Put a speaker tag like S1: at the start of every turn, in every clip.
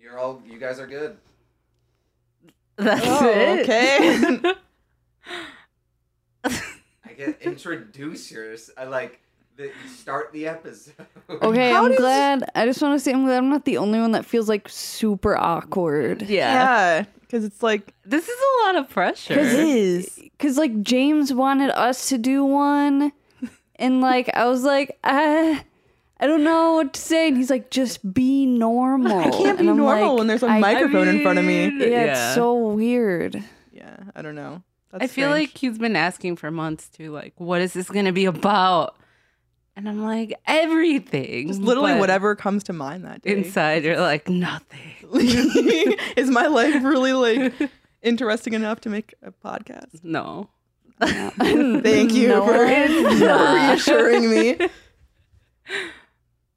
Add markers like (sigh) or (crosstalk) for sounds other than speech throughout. S1: You're all, you guys are good.
S2: That's
S3: Oh,
S2: it. (laughs)
S3: okay. (laughs)
S1: I get introduce yours. I like the you start the episode.
S2: Oh,
S4: Okay,
S3: How
S4: I'm
S3: did-
S4: glad. I just want to say I'm glad I'm not the only one that feels like super awkward.
S2: yeah.
S3: yeah, because it's like
S2: This is a lot of
S3: it
S2: pressure.
S3: is.
S4: Cause like James wanted us to do one, and like I was like, I, I don't know what to say, and he's like, just be normal.
S3: I can't be
S4: And I'm
S3: normal
S4: like,
S3: when there's a
S4: I-
S3: microphone in front of me.
S2: mean-
S4: Yeah,
S2: Yeah.
S4: it's so weird.
S3: Yeah, I don't know. That's
S2: I feel
S3: strange.
S2: like he's been asking for months too, like, what is this gonna be about? And I'm like, everything.
S3: Just literally
S2: but
S3: whatever comes to mind that day.
S2: Inside, you're like, nothing.
S3: (laughs) Is my
S2: (laughs)
S3: life really like interesting enough to make a podcast?
S2: No. Mm,
S3: Thank you
S4: No,
S3: for, (laughs)
S4: it's
S3: for
S4: not.
S3: reassuring me.
S2: (laughs)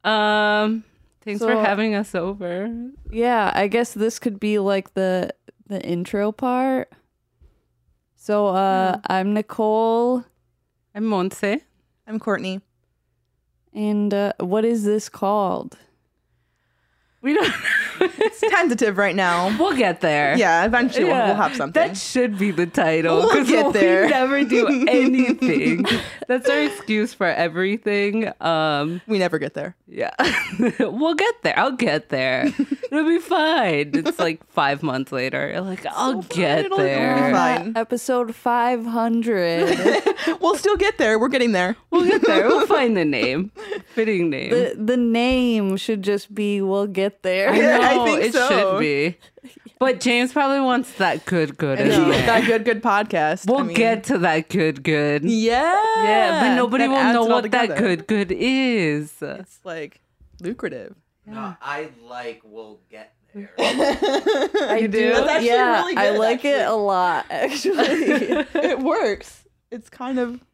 S2: Um, thanks for
S4: So-
S2: having us over.
S4: Yeah, I guess this could be like the the intro part. So
S3: Hmm.
S4: uh I'm Nicole
S2: I'm Monse.
S3: I'm Courtney.
S4: and uh what is this called?
S3: (laughs)
S2: We don't.
S3: It's tentative right now.
S2: we'll get there.
S3: Yeah, eventually We'll, we'll
S2: Yeah.
S3: have something.
S2: That should be the title.
S3: We'll
S2: 'cause
S3: get there.
S2: We
S3: (laughs)
S2: never do anything. That's our excuse for everything. Um,
S3: we never get there.
S2: yeah, (laughs) we'll get there. I'll
S3: (laughs)
S2: get there. It'll be fine. It's like five months later. You're like, I'll get
S3: It'll be
S2: there.
S3: fine.
S4: Episode 500.
S3: We'll still get there. We're getting there.
S2: We'll get there. We'll find
S3: (laughs)
S2: the name, fitting name.
S4: the the name should just be we'll get there. (laughs)
S3: Yeah, I think
S2: it
S3: so. (laughs)
S2: should be. But James probably wants that good, good.
S3: (laughs)
S2: in there.
S3: that good, good podcast.
S2: We'll
S3: I mean-
S2: get to that good, good.
S3: Yeah.
S2: Yeah, but nobody
S3: That
S2: will
S3: adds
S2: know
S3: it all
S2: what that
S3: together.
S2: good good is.
S3: It's like
S2: (laughs)
S3: lucrative. (laughs)
S1: No, I like will get there.
S3: I
S2: do? That's
S3: actually
S4: yeah,
S3: really
S4: I
S3: good,
S4: like it a
S3: actually.
S4: lot actually.
S3: it works. It's kind of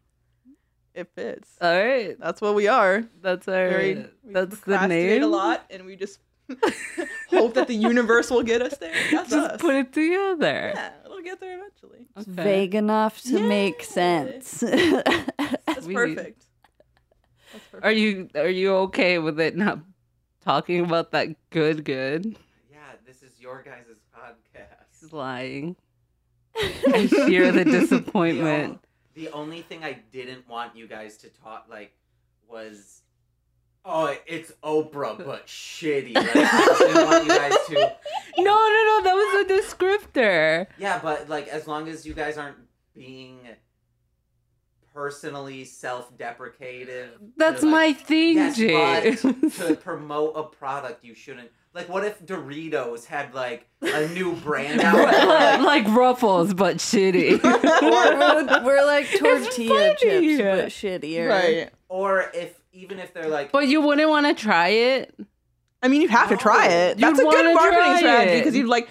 S3: it fits.
S2: All right,
S3: That's what we are.
S2: that's our
S3: Very, we
S2: that's the
S3: procrastinate
S2: name.
S3: A lot, and we just (laughs) hope that the universe will get us there. That's
S2: Just
S3: us.
S2: put it together.
S3: Yeah, it'll get there
S2: (laughs)
S3: eventually.
S2: Okay.
S4: Vague enough to make
S3: Yay.
S4: sense. (laughs)
S3: That's
S2: Sweet.
S3: perfect. That's perfect.
S2: Are you are you okay with it not talking about that good good?
S1: yeah, this is your guys' podcast.
S2: She's lying. I hear (laughs) the disappointment.
S1: The only thing I didn't want you guys to talk like was oh it's Oprah but shitty. Like, I didn't want you guys to
S2: No, no, no. That was a descriptor.
S1: Yeah, but like as long as you guys aren't being personally self-deprecative.
S2: That's
S1: you're
S2: my
S1: like,
S2: thing,
S1: yes, but
S3: (laughs)
S2: James.
S1: to promote a product, you shouldn't. Like, what if Doritos had like a new brand out?
S2: (laughs) like,
S1: Like,
S2: ruffles, but shitty.
S3: (laughs)
S4: we're, we're like tortilla
S2: funny.
S4: chips but shittier.
S3: right?
S1: or if even if they're like,
S2: but you wouldn't want to try it.
S3: I mean, you have to try
S1: No.
S3: it.
S2: You'd
S3: That's a
S2: wanna
S3: good marketing
S2: try
S3: strategy
S2: it.
S3: because you'd like,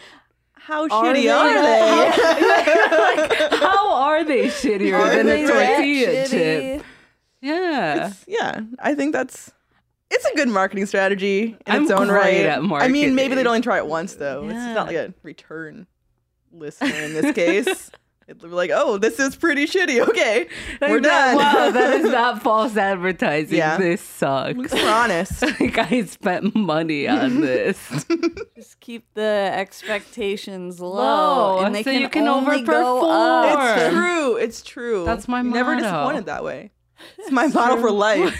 S3: how
S4: Are
S3: shitty
S4: they
S3: are (laughs) they?
S2: like, how are they shittier
S3: Are
S2: than
S3: they
S2: a
S3: that
S2: tortilla chip? Yeah.
S3: It's- yeah, I think that's it's a good marketing strategy in
S2: I'm
S3: its own right.
S2: great
S3: I
S2: at
S3: mean, maybe
S2: marketing.
S3: they'd only try it once though. It's not like
S2: Yeah.
S3: a return listener in this
S2: (laughs)
S3: case. It'd be like, oh, this is pretty shitty. Okay,
S2: Like
S3: we're
S2: that-
S3: done.
S2: Wow, that
S3: (laughs)
S2: is not false advertising.
S3: Yeah.
S2: This
S3: At (laughs) least
S2: sucks.
S3: we're honest.
S2: like I spent money on this.
S4: Just keep the expectations low,
S2: Low,
S4: and they
S2: so
S4: can
S2: you can
S4: only go up.
S2: overperform.
S3: It's
S2: Sure.
S3: true. It's true.
S2: That's my
S3: You're Never
S2: motto.
S3: disappointed that way. It's my motto for life.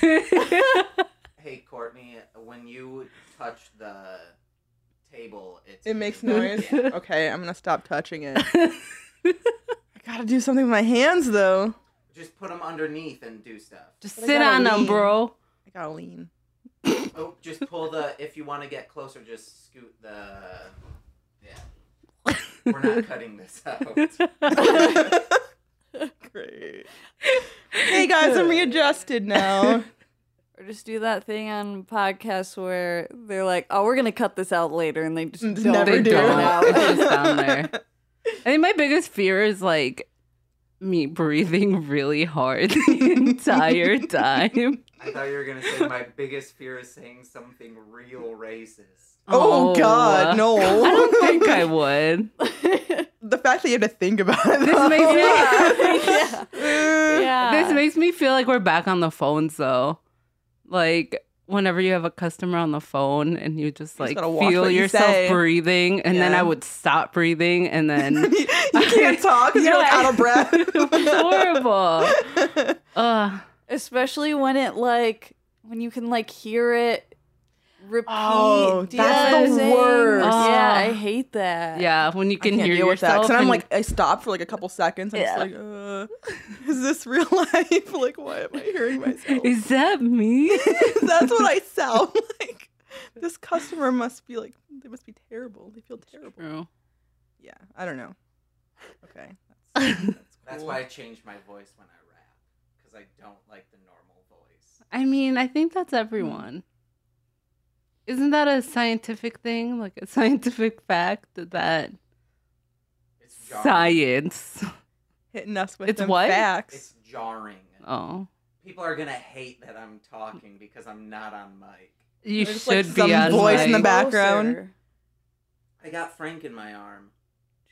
S1: hey Courtney, when you touch the table, it's
S3: It (laughs) makes
S1: gonna-
S3: noise.
S1: Yeah.
S3: Okay, I'm gonna stop touching (laughs) it. I gotta do something with my hands though.
S1: Just put them underneath and do stuff.
S2: Just
S3: But I
S2: sit
S3: gotta
S2: on them,
S3: lean.
S2: bro.
S3: I gotta lean.
S1: Oh, just pull the. If you want to get closer, just scoot the. Yeah. We're not cutting this out.
S3: Great. Hey guys, (laughs) I'm readjusted (laughs) now.
S4: Or just do that thing on podcasts where they're like, "Oh, we're gonna cut this out later," and they just
S3: Just
S4: don't
S3: never
S2: (laughs) They
S3: do.
S4: it
S2: don't. It's
S3: (laughs)
S4: out.
S2: just down there. I think my biggest fear is like me breathing really hard (laughs) the
S3: (laughs)
S2: entire time.
S1: I thought you were gonna say my biggest fear is saying something real racist.
S3: Oh, God, no. (laughs)
S2: I don't think I would.
S3: the fact that you had to think about it.
S2: This makes
S3: (laughs)
S2: me.
S4: (laughs) yeah. yeah.
S2: This makes me feel like we're back on the phones though. Like whenever you have a customer on the phone and you just like
S3: gotta watch
S2: feel
S3: what you
S2: yourself
S3: say.
S2: breathing and then
S3: Yeah.
S2: I would stop breathing
S3: (laughs)
S2: and then
S3: you can't talk because (laughs) you're like
S2: Yeah.
S3: out of breath.
S2: it was horrible. Ugh.
S4: Especially when it like when you can like hear it repeat.
S3: Oh, that's
S4: yeah,
S2: the
S4: things.
S3: worst. Ah.
S4: Yeah,
S2: Oh.
S4: I hate that.
S2: Yeah, when you
S3: I
S2: can
S3: can't
S2: hear
S3: deal with that.
S2: yourself
S3: 'Cause then I'm
S2: and-
S3: like, I stopped for like a couple seconds. I'm
S4: Yeah.
S3: just like, uh, is this real (laughs) life? like, why am I hearing myself? (laughs)
S2: (laughs) is that me?
S3: That's what I
S2: (laughs)
S3: sound like. This customer must be like, they must be terrible. They feel terrible.
S2: True.
S3: Yeah, I don't know. Okay. That's,
S1: That's
S3: cool.
S1: why I change my voice when I rap because I don't like the normal voice.
S2: I mean, I think that's everyone. Isn't that a scientific thing? Like a (laughs) scientific fact that
S1: It's jarring.
S2: science.
S3: hitting us with
S2: It's
S3: them
S2: what?
S3: facts.
S1: It's jarring.
S2: Oh.
S1: People are gonna hate that I'm talking because I'm not on mic.
S2: You
S3: There's, like,
S2: should be
S3: some
S2: on
S3: voice in the
S2: mic.
S3: background.
S4: Closer.
S1: I got Frank in my arm.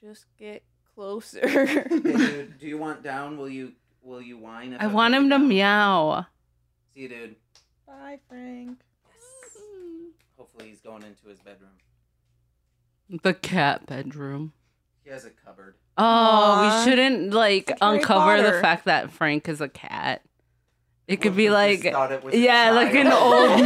S4: Just get closer.
S1: Hey,
S4: (laughs)
S1: dude, do you want down? Will you will you whine? If
S2: I want
S1: put you
S2: him to
S1: down?
S2: meow.
S1: See you, dude.
S3: Bye, Frank.
S1: Hopefully he's going into his bedroom.
S2: The cat bedroom.
S1: He has a cupboard.
S2: Oh,
S3: Aw.
S2: we shouldn't
S3: It's
S2: like
S3: like Harry
S2: uncover the
S3: Potter.
S2: fact that Frank is a cat. It could
S1: What
S2: be
S1: if we
S2: like,
S1: just thought it was a
S2: yeah, like an
S1: child?
S2: old Oh,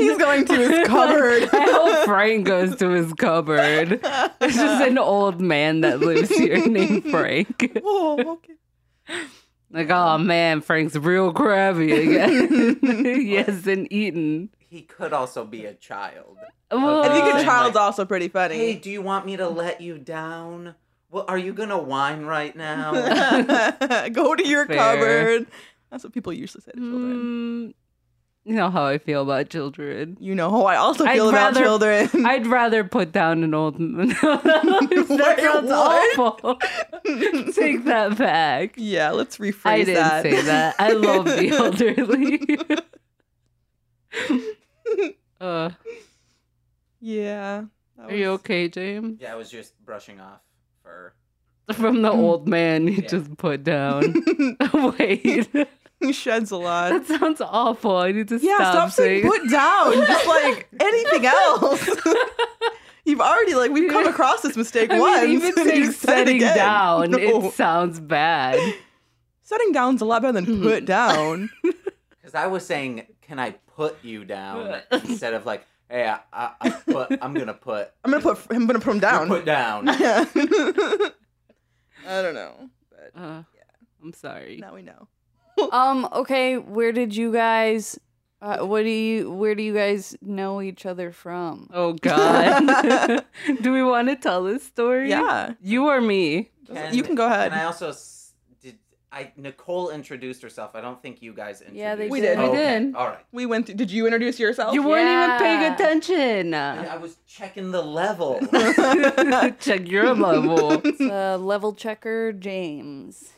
S3: (laughs) He's going (laughs) to
S2: (laughs)
S3: his
S2: Like,
S3: cupboard.
S2: I hope Frank goes to his cupboard.
S3: (laughs)
S2: It's just
S3: Uh,
S2: an old man that lives here named Frank.
S3: Oh, okay.
S2: Like, oh man, Frank's real crabby again. (laughs) he
S1: What?
S2: hasn't eaten.
S1: (laughs) He could also be a child.
S3: (laughs) I think a
S1: Uh,
S2: Whoa.
S3: child's also pretty funny.
S1: Hey, do you want me to let you down? Well, are you gonna whine right
S3: (laughs)
S1: now?
S3: (laughs) Go to your
S2: Fair.
S3: cupboard. That's what people usually say to children.
S2: Mm, you know how I feel about children.
S3: You know how I also
S2: I'd
S3: feel about
S2: rather-
S3: children.
S2: I'd rather put down an old. (laughs) that
S3: Wait, (laughs)
S2: sounds
S3: what?
S2: awful.
S3: (laughs)
S2: Take that back.
S3: yeah, let's rephrase
S2: I didn't
S3: that.
S2: say that. I
S3: (laughs)
S2: love the elderly. uh,
S3: yeah. that
S2: are you
S3: was-
S2: okay, James?
S1: yeah, I was just brushing off fur.
S2: From the old man you
S1: Yeah.
S2: just put down. (laughs)
S3: (laughs)
S2: Wait,
S3: he sheds a lot.
S2: that sounds awful. I need to
S3: yeah, stop,
S2: stop,
S3: saying (laughs) put down.
S2: (laughs)
S3: Just like anything else. You've already like we've come across this mistake
S2: (laughs) I
S3: once. (laughs)
S2: mean, even
S3: and
S2: saying
S3: you've said it
S2: setting
S3: again.
S2: down,
S3: No.
S2: it
S3: (laughs)
S2: sounds bad.
S3: setting down's a lot better
S2: Mm.
S3: than put
S2: (laughs)
S3: down.
S1: Because I was saying, can I put you down (laughs) instead of like, hey, I, I, I put, I'm gonna put,
S3: I'm gonna put I'm gonna put him down.
S1: put down.
S3: Yeah. (laughs) I don't know. But
S2: Uh, I'm sorry.
S3: now we know.
S4: um. Okay. Where did you guys? Uh, what do you? Where do you guys know each other from?
S3: (laughs)
S2: Oh God. (laughs) Do we want to tell this story?
S3: Yeah.
S2: You or me?
S3: (laughs) you can go ahead.
S1: And I also s- did. I Nicole introduced herself. I don't think you guys introduced.
S4: Yeah, they
S3: We did.
S2: We
S1: Okay,
S2: did.
S1: All right.
S3: we went through did you introduce yourself? (laughs)
S2: You weren't even paying
S4: Yeah.
S2: attention.
S1: I was checking the
S3: (laughs)
S1: level.
S2: (laughs) Check your level.
S4: It's, uh, level checker James.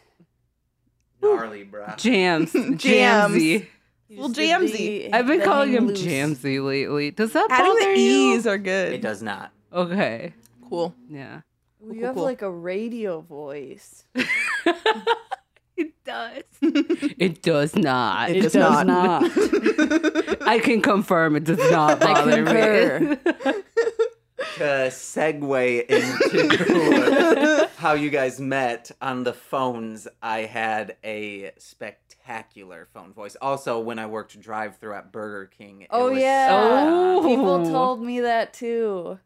S1: Gnarly, bruh.
S2: Jams.
S3: Jams.
S2: Jamsy.
S4: He
S3: Well,
S4: just did
S3: Jamsy.
S4: the-
S2: I've been
S4: the
S2: calling
S4: hang
S2: him
S4: loose.
S2: Jamsy lately. Does that
S3: Adding
S2: bother
S3: the
S2: you?
S3: E's are good.
S1: It does not.
S2: Okay.
S3: Cool.
S2: Yeah.
S4: Well,
S3: Cool,
S4: you have
S3: cool.
S4: like a radio voice.
S2: It does. it does not.
S3: It does not.
S2: I can confirm it does not
S4: I
S2: bother (laughs) me.
S1: To segue
S2: (laughs)
S1: into how you guys met on the phones, I had a spectacular phone voice. Also, when I worked drive-through at Burger King. it
S4: Oh
S1: was
S4: yeah.
S1: spot on.
S2: Oh.
S4: People told me that too.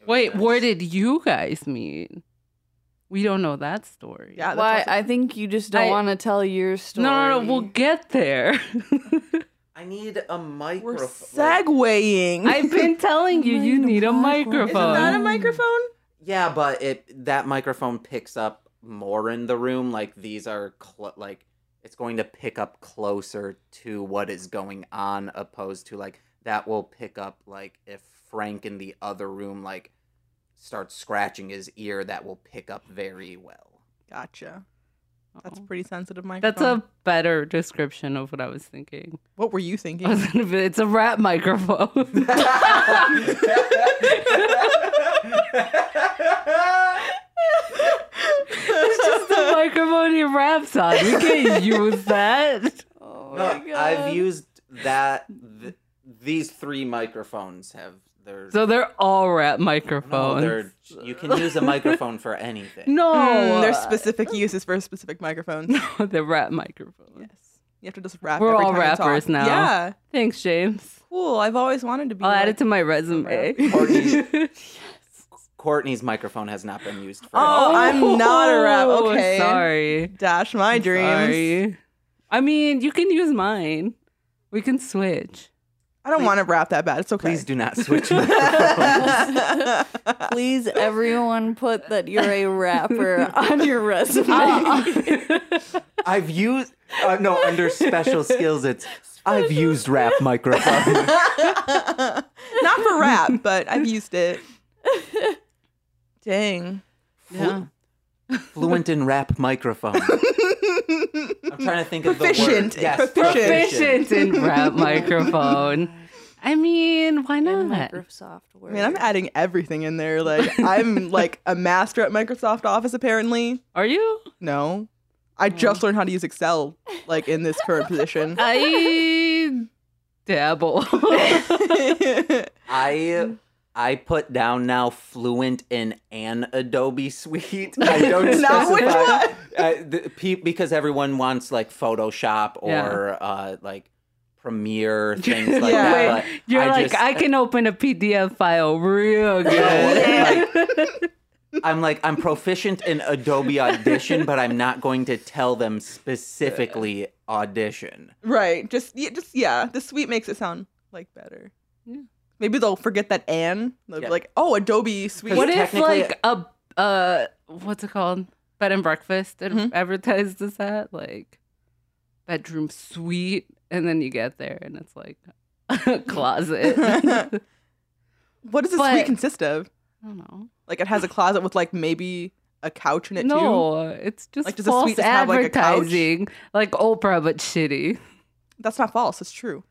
S1: It was
S2: Wait, where
S1: nuts.
S2: did you guys meet? We don't know that story.
S3: Yeah, that's
S4: Why?
S3: also-
S4: I think you just don't
S2: Ah, I-
S4: want to tell your story.
S2: No, no, no. We'll get there.
S1: I need a
S3: (laughs) We're
S1: microphone. Like,
S3: segueing.
S2: I've been telling you, you need a
S4: microphone.
S2: microphone.
S3: Isn't that a microphone?
S1: yeah, but it that microphone picks up more in the room. Like these are cl- like it's going to pick up closer to what is going on, opposed to like that will pick up like if Frank in the other room like starts scratching his ear, that will pick up very well. (laughs)
S3: Gotcha. That's a
S2: Oh.
S3: pretty sensitive microphone.
S2: That's a better description of what I was thinking.
S3: What were you
S2: I
S3: thinking?
S2: was (laughs) gonna be- it's a rap
S4: Oh
S2: microphone. (laughs)
S3: (laughs)
S2: microphone he raps on. We can't use that.
S4: Oh
S1: No,
S4: my
S1: I've
S4: God.
S1: used that. Th- these three microphones have their.
S2: So they're all rap
S1: no,
S2: microphones.
S1: they're- you can use a microphone for (laughs) anything.
S2: no,
S3: Mm, there's
S2: uh,
S3: specific uses for specific microphones.
S2: no, (laughs) they're rap microphones.
S3: Yes. You have to just rap.
S2: We're
S3: every
S2: all
S3: time you talk.
S2: rappers now.
S3: Yeah.
S2: Thanks, James.
S3: Cool. I've always wanted to be.
S2: I'll
S3: like,
S2: add it to my resume. (laughs)
S1: Courtney. Courtney's microphone has not been used for.
S3: Oh,
S1: anything.
S3: I'm not a
S2: (laughs)
S3: rap.
S2: Oh,
S3: Okay.
S2: Sorry.
S3: dash my dreams.
S2: Sorry. I mean, you can use mine. We can
S1: (laughs)
S2: switch. (laughs)
S3: I don't want to rap that bad. It's okay. (laughs)
S1: Please do not switch microphones.
S4: Please, everyone, put that you're a rapper
S2: (laughs)
S4: on your resume.
S1: (laughs)
S2: Ah,
S1: I've used. Uh, no, under (laughs) special skills, it's. I've used rap microphone.
S3: Not for rap, but I've used
S2: (laughs)
S3: it. (laughs) Dang.
S2: Yeah.
S1: Fluent in rap microphone. I'm trying to think of
S3: Proficient.
S1: the word. Yes,
S3: Proficient.
S2: Efficient in rap microphone. I mean, why
S4: In
S2: not?
S4: Microsoft Word.
S3: I mean, I'm adding everything in there. Like,
S2: (laughs)
S3: I'm like a master at Microsoft Office, apparently.
S2: Are you?
S3: No. I just learned how to use Excel, like, in this current
S2: (laughs)
S3: position.
S1: (laughs)
S2: I dabble.
S1: I I put down now fluent in an Adobe suite. I don't
S3: Not which
S1: specify
S3: one.
S1: uh, the, pe- because everyone wants like Photoshop or uh, like Premiere things like
S2: (laughs)
S3: Yeah.
S1: that. But
S2: You're
S1: I
S2: like,
S1: just- (laughs)
S2: I can open a PDF file real good.
S1: Yeah. I'm like I'm proficient in Adobe Audition, but I'm not going to tell them specifically audition.
S3: Right. Just, yeah, just, yeah. The suite makes it sound like better.
S2: Yeah.
S3: Maybe they'll forget that and they'll
S1: Yeah.
S3: be like, oh, Adobe Suite. (laughs)
S2: what if
S1: technically-
S2: like a uh what's it called? Bed and breakfast and
S3: Mhm.
S2: advertised as that? Like bedroom suite and then you get there and it's like
S3: (laughs)
S2: a (laughs) closet. I
S3: What does a
S2: But-
S3: suite consist of?
S2: don't know.
S3: Like it has a closet with like maybe a couch in it too.
S2: No, it's just
S3: Like, does a
S2: false
S3: suite just have, like, a couch?
S2: advertising. Like Oprah but shitty.
S3: That's not false. It's true.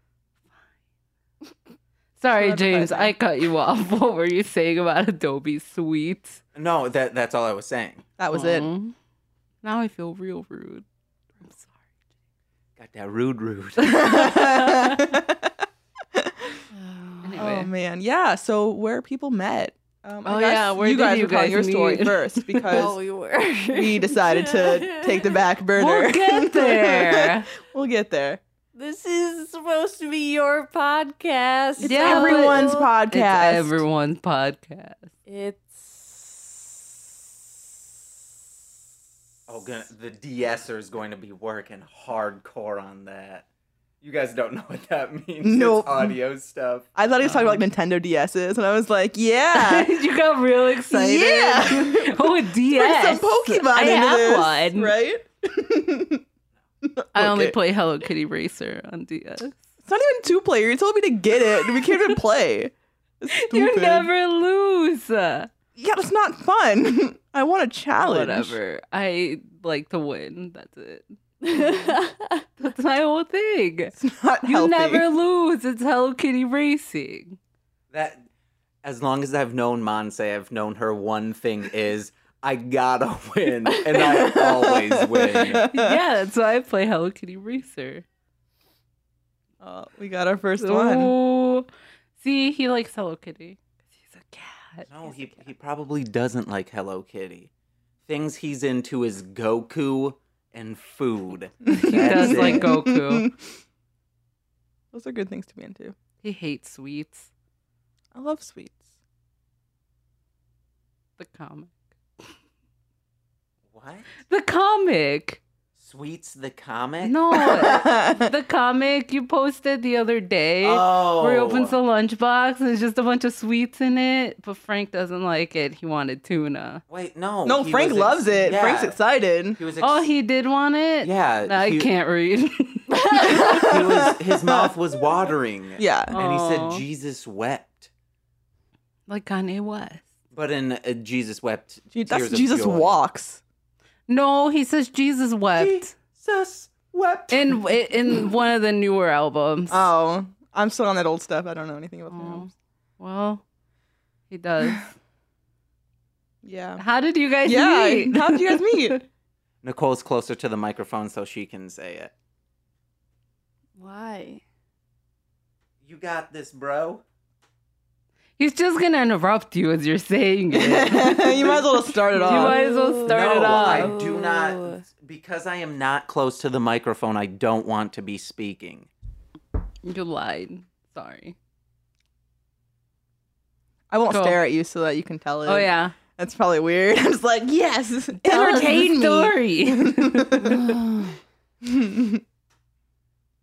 S2: Sorry,
S3: Still
S2: James,
S3: advertising.
S2: I cut you off. (laughs) What were you saying about Adobe Suite?
S1: No, that that's all I was saying.
S3: That was it.
S2: Aw. Now I feel real rude. I'm sorry.
S1: Got that rude, rude.
S3: (laughs) Oh (laughs)
S2: Anyway.
S3: man, yeah. So where people met? Um, I
S2: Oh,
S3: guess
S2: yeah, where
S3: you
S2: did
S3: guys
S2: you
S3: were telling
S2: guys
S3: your story
S2: meet? (laughs)
S3: first
S4: Oh,
S3: because
S4: we were.
S3: we decided to take the back burner. (laughs)
S2: We'll get there.
S3: we'll get there.
S4: (laughs) This is supposed to be your podcast.
S2: It's Yeah, but-
S3: everyone's
S2: it's
S3: podcast.
S2: everyone's podcast.
S4: It's.
S1: Oh, gonna, the DSer is going to be working hardcore on that. You guys don't know (laughs) what that means.
S3: Nope.
S1: It's audio stuff.
S3: I thought he was talking about like
S2: Oh.
S3: Nintendo DSs, and I was like,
S2: (laughs)
S3: yeah,
S2: (laughs) you got real excited.
S3: Yeah.
S2: (laughs) oh, a
S3: bring some
S2: DS.
S3: Pokemon
S2: I
S3: into
S2: have
S3: this,
S2: one.
S3: right?
S2: I only
S3: Okay.
S2: play Hello Kitty Racer on DS.
S3: It's not even two player. You told me to get it. and We can't even play. It's
S2: You
S3: stupid.
S2: never lose.
S3: Yeah, it's not fun. (laughs) I want a challenge.
S2: Whatever. I like to win. That's (laughs) it. That's my whole thing.
S3: It's not
S2: You
S3: healthy. (laughs)
S2: never lose. It's Hello Kitty Racing.
S1: That, as long as I've known Monse, I've known her one thing is I gotta win, and I
S3: (laughs)
S1: always win.
S2: (laughs) yeah, that's why I play Hello Kitty Racer.
S3: Oh, we got our first one.
S2: Ooh. See, he likes Hello Kitty. He's a cat.
S1: No,
S2: He's a
S1: he
S2: cat.
S1: he probably doesn't like Hello Kitty. Things he's into is Goku and food.
S3: (laughs)
S2: He does
S1: That's
S2: like
S1: it.
S2: Goku.
S3: Those are good things to be into.
S2: He hates sweets.
S3: I love
S1: (laughs)
S3: sweets.
S2: The comic.
S1: What?
S2: The comic.
S1: Sweets the comic?
S2: No.
S1: (laughs)
S3: oh,
S2: the comic you posted the other day.
S1: Oh.
S2: Where he opens the lunchbox and there's just a bunch of sweets in it, but Frank doesn't like it. He wanted tuna.
S1: Wait, no.
S3: no,
S1: he
S3: Frank
S1: was ex-
S3: loves it.
S1: yeah.
S3: Frank's excited.
S1: He was ex-
S2: Oh, he did want it?
S1: Yeah.
S2: I
S1: he-
S2: can't
S1: (laughs)
S2: read. (laughs)
S1: he
S3: (laughs)
S1: was his mouth was watering.
S3: Yeah.
S1: And he
S2: Aw.
S1: said Jesus wept.
S2: like Kanye West.
S1: But in uh, Jesus wept.
S3: Gee, That's
S1: tears of
S3: Jesus
S1: joy.
S3: walks.
S2: No, he says
S1: (laughs)
S2: Jesus wept.
S1: Jesus wept.
S2: In in one of the newer albums.
S3: Oh, I'm still on that old stuff. I don't know anything about
S2: Oh.
S3: them.
S2: Well, he does.
S3: Yeah.
S2: How did you guys
S3: Yeah.
S1: (laughs)
S3: (laughs)
S2: meet?
S3: How did you guys meet?
S1: Nicole's closer to the microphone so she can say it.
S4: Why?
S1: You got this, bro.
S2: He's just gonna interrupt you as you're saying
S3: you
S2: it.
S3: (laughs) might as well just start it
S2: You
S3: off.
S2: might as well start
S1: no,
S2: it off.
S1: I do not
S4: Ooh.
S1: because I am not close to the microphone. I don't want to be speaking.
S2: You lied. Sorry.
S3: I won't
S2: Go.
S3: stare at you so that you can tell it.
S2: Oh yeah.
S3: That's probably weird. (laughs) I'm just like, yes,
S2: Tell us the
S3: (laughs) entertain me.
S2: story.
S4: (sighs)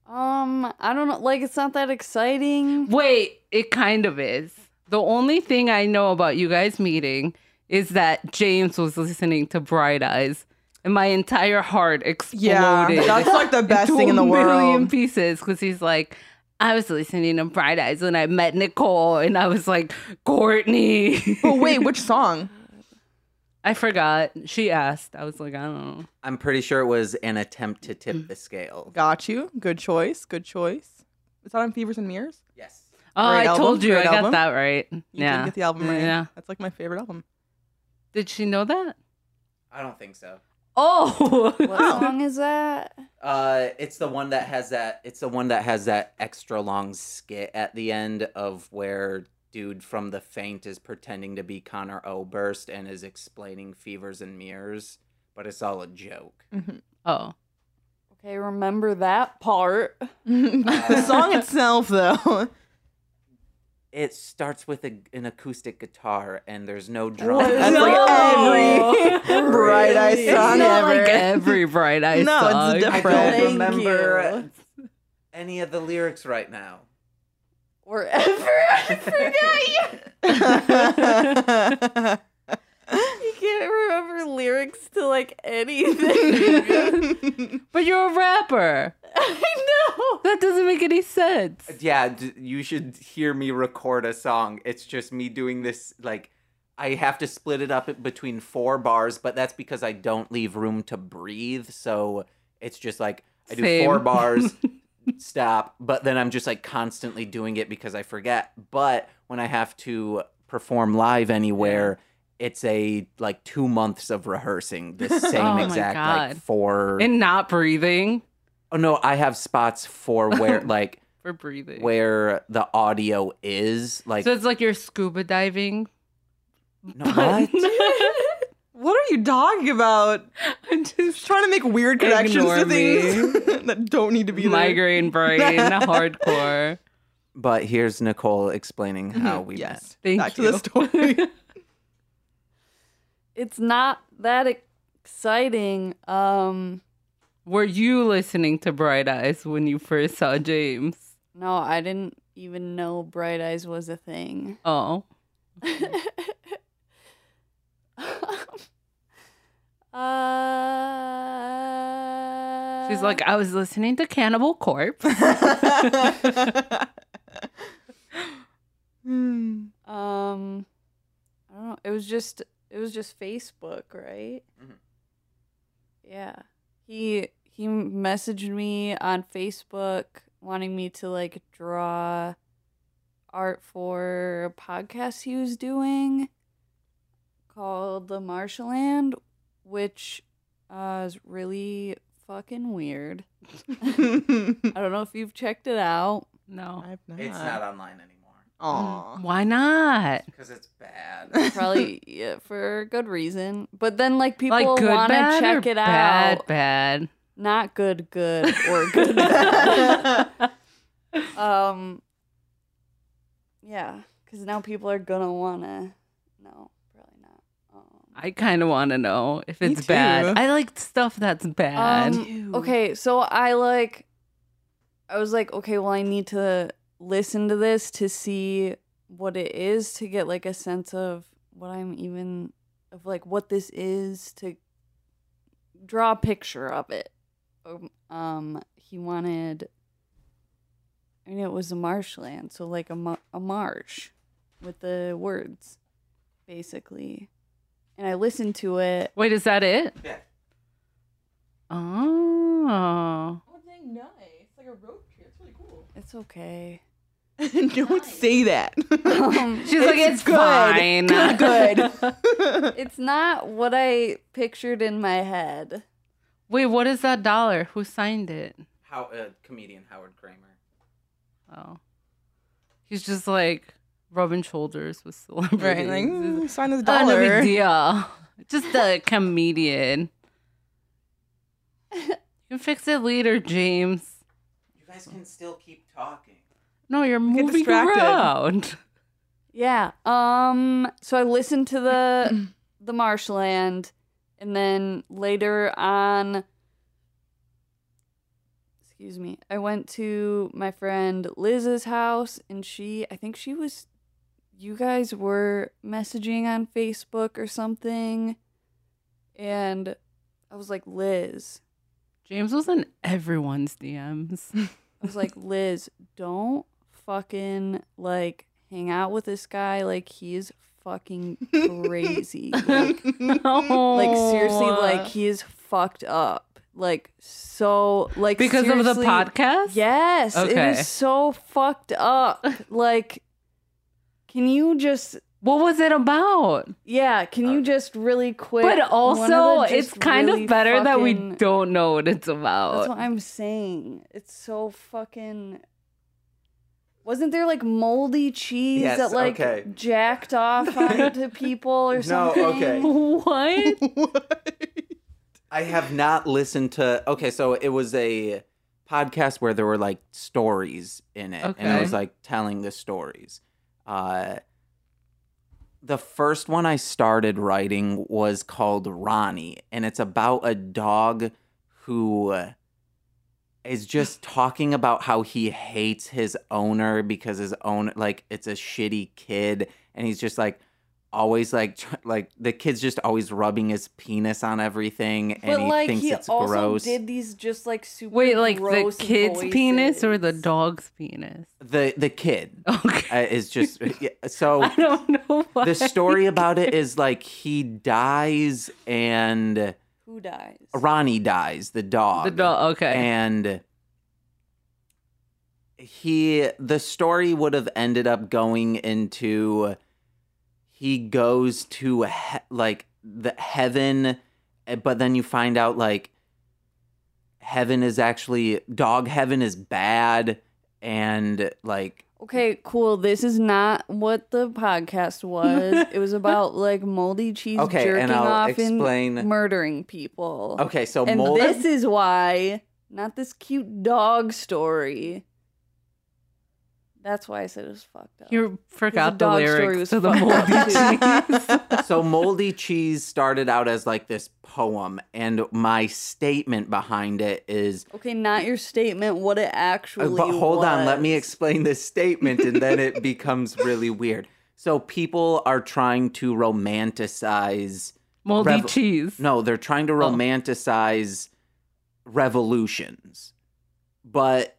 S4: um, I don't know. Like, it's not that
S2: (laughs)
S4: exciting.
S2: Wait, it kind of is. The only thing I know about you guys meeting is that James was listening to Bright Eyes, and my entire heart exploded.
S3: yeah, that's like the best
S2: into
S3: thing in
S2: a
S3: the
S2: Million
S3: world.
S2: pieces, because he's like, I was listening to Bright Eyes when I met Nicole, and I was like, Courtney.
S3: But Oh, wait, which song?
S2: (laughs) I forgot. She asked. I was like, I don't know.
S1: I'm pretty sure it was an attempt to tip
S2: Mm.
S1: the scale.
S3: Got you. Good choice. Good choice. Is that on Fevers and Mirrors?
S1: Yes.
S2: Oh,
S3: Great
S2: I
S3: album,
S2: told you, I
S3: great
S2: got
S3: album.
S2: that right.
S3: You
S2: yeah.
S3: did get the album right.
S2: Yeah.
S3: That's like my favorite
S2: (laughs)
S3: album.
S2: Did she know that?
S1: I don't think so.
S2: Oh,
S3: (laughs)
S4: What (laughs) song is that?
S1: Uh, it's the one that has that. It's the one that has that extra long skit at the end of where dude from the faint is pretending to be Connor Oberst and is explaining fevers and mirrors, but it's all a joke.
S2: oh.
S4: Okay, remember
S3: (laughs)
S4: that part.
S3: the song itself,
S2: (laughs)
S3: though.
S1: It starts with a, an acoustic guitar and there's no
S4: What
S1: drums.
S4: is
S3: That's
S4: No.
S3: like every (laughs) bright eyes
S1: Really?
S3: song
S2: it's not
S3: ever.
S2: like every bright eyes
S3: No, it's
S2: song.
S1: I
S3: different.
S1: don't
S3: Thank
S1: remember any of the lyrics right now.
S4: Or ever. (laughs) I forgot you. You can't remember lyrics to like anything. (laughs)
S2: But you're a rapper.
S4: I know.
S2: That doesn't make any sense.
S1: Yeah, d- you should hear me record a song. It's just me doing this like I have to split it up between four bars, but that's because I don't leave room to breathe. So it's just like I do four
S2: Same. (laughs)
S1: bars, stop, but then I'm just like constantly doing it because I forget. But when I have to perform live anywhere, it's a like two months of rehearsing
S2: (laughs)
S1: the same
S2: Oh my
S1: exact like
S2: God.
S1: four.
S2: And not breathing
S1: oh no, I have spots for
S2: (laughs)
S1: where like
S2: for breathing.
S1: where the audio is like
S2: so it's like you're scuba diving.
S1: no,
S2: (laughs)
S1: what?
S3: what are you talking about?
S2: (laughs) I'm just
S3: Just trying to make weird connections
S2: Ignore
S3: to things (laughs) that don't need to be there.
S2: migraine brain hardcore.
S1: but here's nicole explaining how we
S3: Mm-hmm. yes.
S2: Thank
S3: Back
S2: you.
S3: to the story.
S2: (laughs)
S3: (laughs)
S4: It's not that exciting. Um,
S2: Were you listening to Bright Eyes when you first saw James?
S4: no, I didn't even know Bright Eyes was a thing.
S2: Oh.
S4: uh,
S2: She's like, I was listening to Cannibal Corpse. (laughs)
S3: Hmm.
S4: Um, I don't know. It was just it was just Facebook, right?
S1: Mhm.
S4: Yeah. He he messaged me on Facebook wanting me to like draw art for a podcast he was doing called The Marshland, which uh, is really fucking weird. (laughs) I don't know if you've checked it out.
S2: No.
S3: I've not.
S1: it's not online anymore
S3: Aw.
S2: Why not?
S1: because it's bad
S4: (laughs) probably yeah, for good reason. But then like people
S2: like good,
S4: want to
S2: bad,
S4: check
S2: or
S4: it
S2: bad,
S4: out. (laughs)
S2: Bad, (laughs)
S4: Not good, good or good. bad. um, yeah, because now people are gonna wanna. No, probably not. Um,
S2: I kind of want to know if
S3: Me
S2: it's
S3: too.
S2: bad. I like stuff that's bad.
S4: Um,
S3: Mm.
S4: okay, so I like. I was like, okay, well, I need to listen to this to see what it is to get like a sense of what I'm even of like what this is to draw a picture of it. Um, Um, he wanted. I mean, it was a marshland, so like a ma- a marsh, with the words, basically, and I listened to it.
S2: Wait, is that it?
S1: yeah
S2: Oh.
S3: Oh, dang, nice. Like a road trip. It's really cool.
S4: It's okay.
S3: (laughs)
S4: (laughs)
S3: don't say that.
S4: Um,
S2: She's like, it's
S3: good.
S2: fine.
S3: Good.
S4: It's not what I pictured in my head.
S2: (laughs) Wait, what is that dollar? Who signed it?
S1: How uh, comedian Howard Kramer.
S2: Oh, he's just like rubbing shoulders with celebrities.
S3: (laughs) Right, like (laughs) mm, sign of the
S2: Oh, no
S3: (laughs)
S2: big
S3: dollar.
S2: deal. Just a comedian. You can fix it later, James.
S1: You guys can still keep talking.
S2: No, you're
S3: get
S2: moving
S3: distracted.
S2: around.
S4: Yeah. Um. So I listened to the the marshland, and then later on. Excuse me. I went to my friend Liz's house, and she. I think she was. You guys were messaging on Facebook or something, and I was like, Liz.
S2: James was in everyone's DMs.
S4: I was like, Liz, don't fucking like hang out with this guy. Like he's fucking crazy.
S3: (laughs)
S4: like, like, seriously, like he is fucked up. Like so, like
S2: because of the
S4: seriously-
S2: podcast.
S4: Yes,
S2: Okay.
S4: it is so fucked up. Like, can you just?
S2: What was it about?
S4: Yeah, can you just really quick?
S2: but
S4: one of
S2: also,
S4: the
S2: it's
S4: just
S2: kind
S4: really
S2: of better that we
S4: fucking-
S2: don't know what it's about.
S1: Uh,
S2: (laughs)
S4: That's what I'm saying. It's so fucking. Wasn't there like moldy cheese
S1: Yes,
S4: that like
S1: okay. (laughs)
S4: jacked off onto people or
S1: No,
S4: something?
S1: okay.
S2: what?
S4: (laughs)
S1: I have not listened to. Okay, so it was a podcast where there were like stories in it, and I
S2: Okay.
S1: was like telling the stories. Uh, the first one I started writing was called Ronnie, and it's about a dog who uh, is
S4: (sighs)
S1: just talking about how he hates his owner because his own like it's a shitty kid, and he's just like always like tr- like the kid's just always rubbing his penis on everything, and
S4: But
S1: he
S4: like
S1: thinks
S4: he
S1: it's
S4: also
S1: gross.
S4: did these just like super
S2: Wait, like the
S4: gross
S2: kid's penis or the
S4: voices.
S2: dog's penis? (laughs)
S1: the the
S4: (laughs)
S1: kid
S4: Oh,
S2: Okay.
S1: uh, is just yeah, so.
S2: I don't know why.
S1: the story about
S4: (laughs)
S1: it is like he dies and
S4: Who dies?
S1: Ronnie dies, the dog.
S2: (laughs) The dog. Okay.
S1: And he the story would have ended up going into he goes to he- like the heaven eh, but then you find out like heaven is actually dog heaven is bad and like
S4: Okay, cool. This is not what the
S1: (laughs)
S4: podcast was. it was about like moldy cheese
S1: okay
S4: jerking
S1: and I'll
S4: off
S1: explain
S4: and murdering people.
S1: okay so
S4: and
S1: mold
S4: this is why, not this cute dog story. That's why I said it was fucked up.
S2: you
S4: His
S2: forgot the
S4: dog story
S2: lyrics
S4: was
S2: to the
S4: fucked up,
S2: (laughs) moldy
S3: too.
S1: (laughs)
S2: cheese.
S1: so moldy cheese started out as like this poem and my statement behind it is
S4: okay, not your statement. What it
S1: Uh,
S4: actually.
S1: but hold on let me
S4: was.
S1: explain this statement and then
S4: (laughs)
S1: it becomes really weird so people are trying to romanticize
S2: moldy
S1: (laughs) Rev-
S2: cheese.
S1: no they're trying to romanticize revolutions but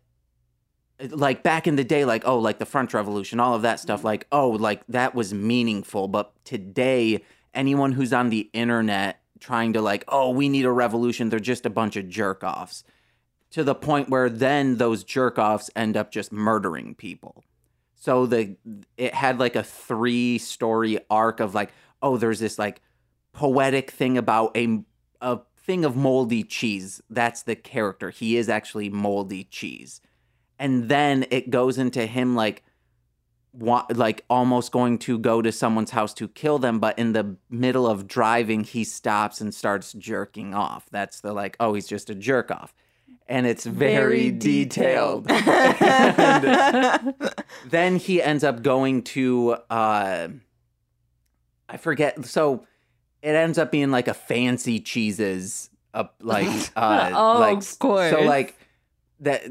S1: like back in the day like oh like the french revolution all of that stuff like oh like that was meaningful but today anyone who's on the internet trying to like oh we need a revolution they're just a bunch of jerk offs to the point where then those jerk offs end up just murdering people so the it had like a three story arc of like oh there's this like poetic thing about a a thing of moldy cheese that's the character he is actually moldy cheese and then it goes into him like wa- like almost going to go to someone's house to kill them but in the middle of driving he stops and starts jerking off that's the like oh he's just a jerk off and it's very,
S4: Very
S1: detailed, (laughs)
S4: detailed.
S1: And- then he ends up going to uh I forget so it ends up being like a fancy cheeses up like
S2: (laughs)
S1: uh
S2: Oh,
S1: like,
S2: of course.
S1: so like that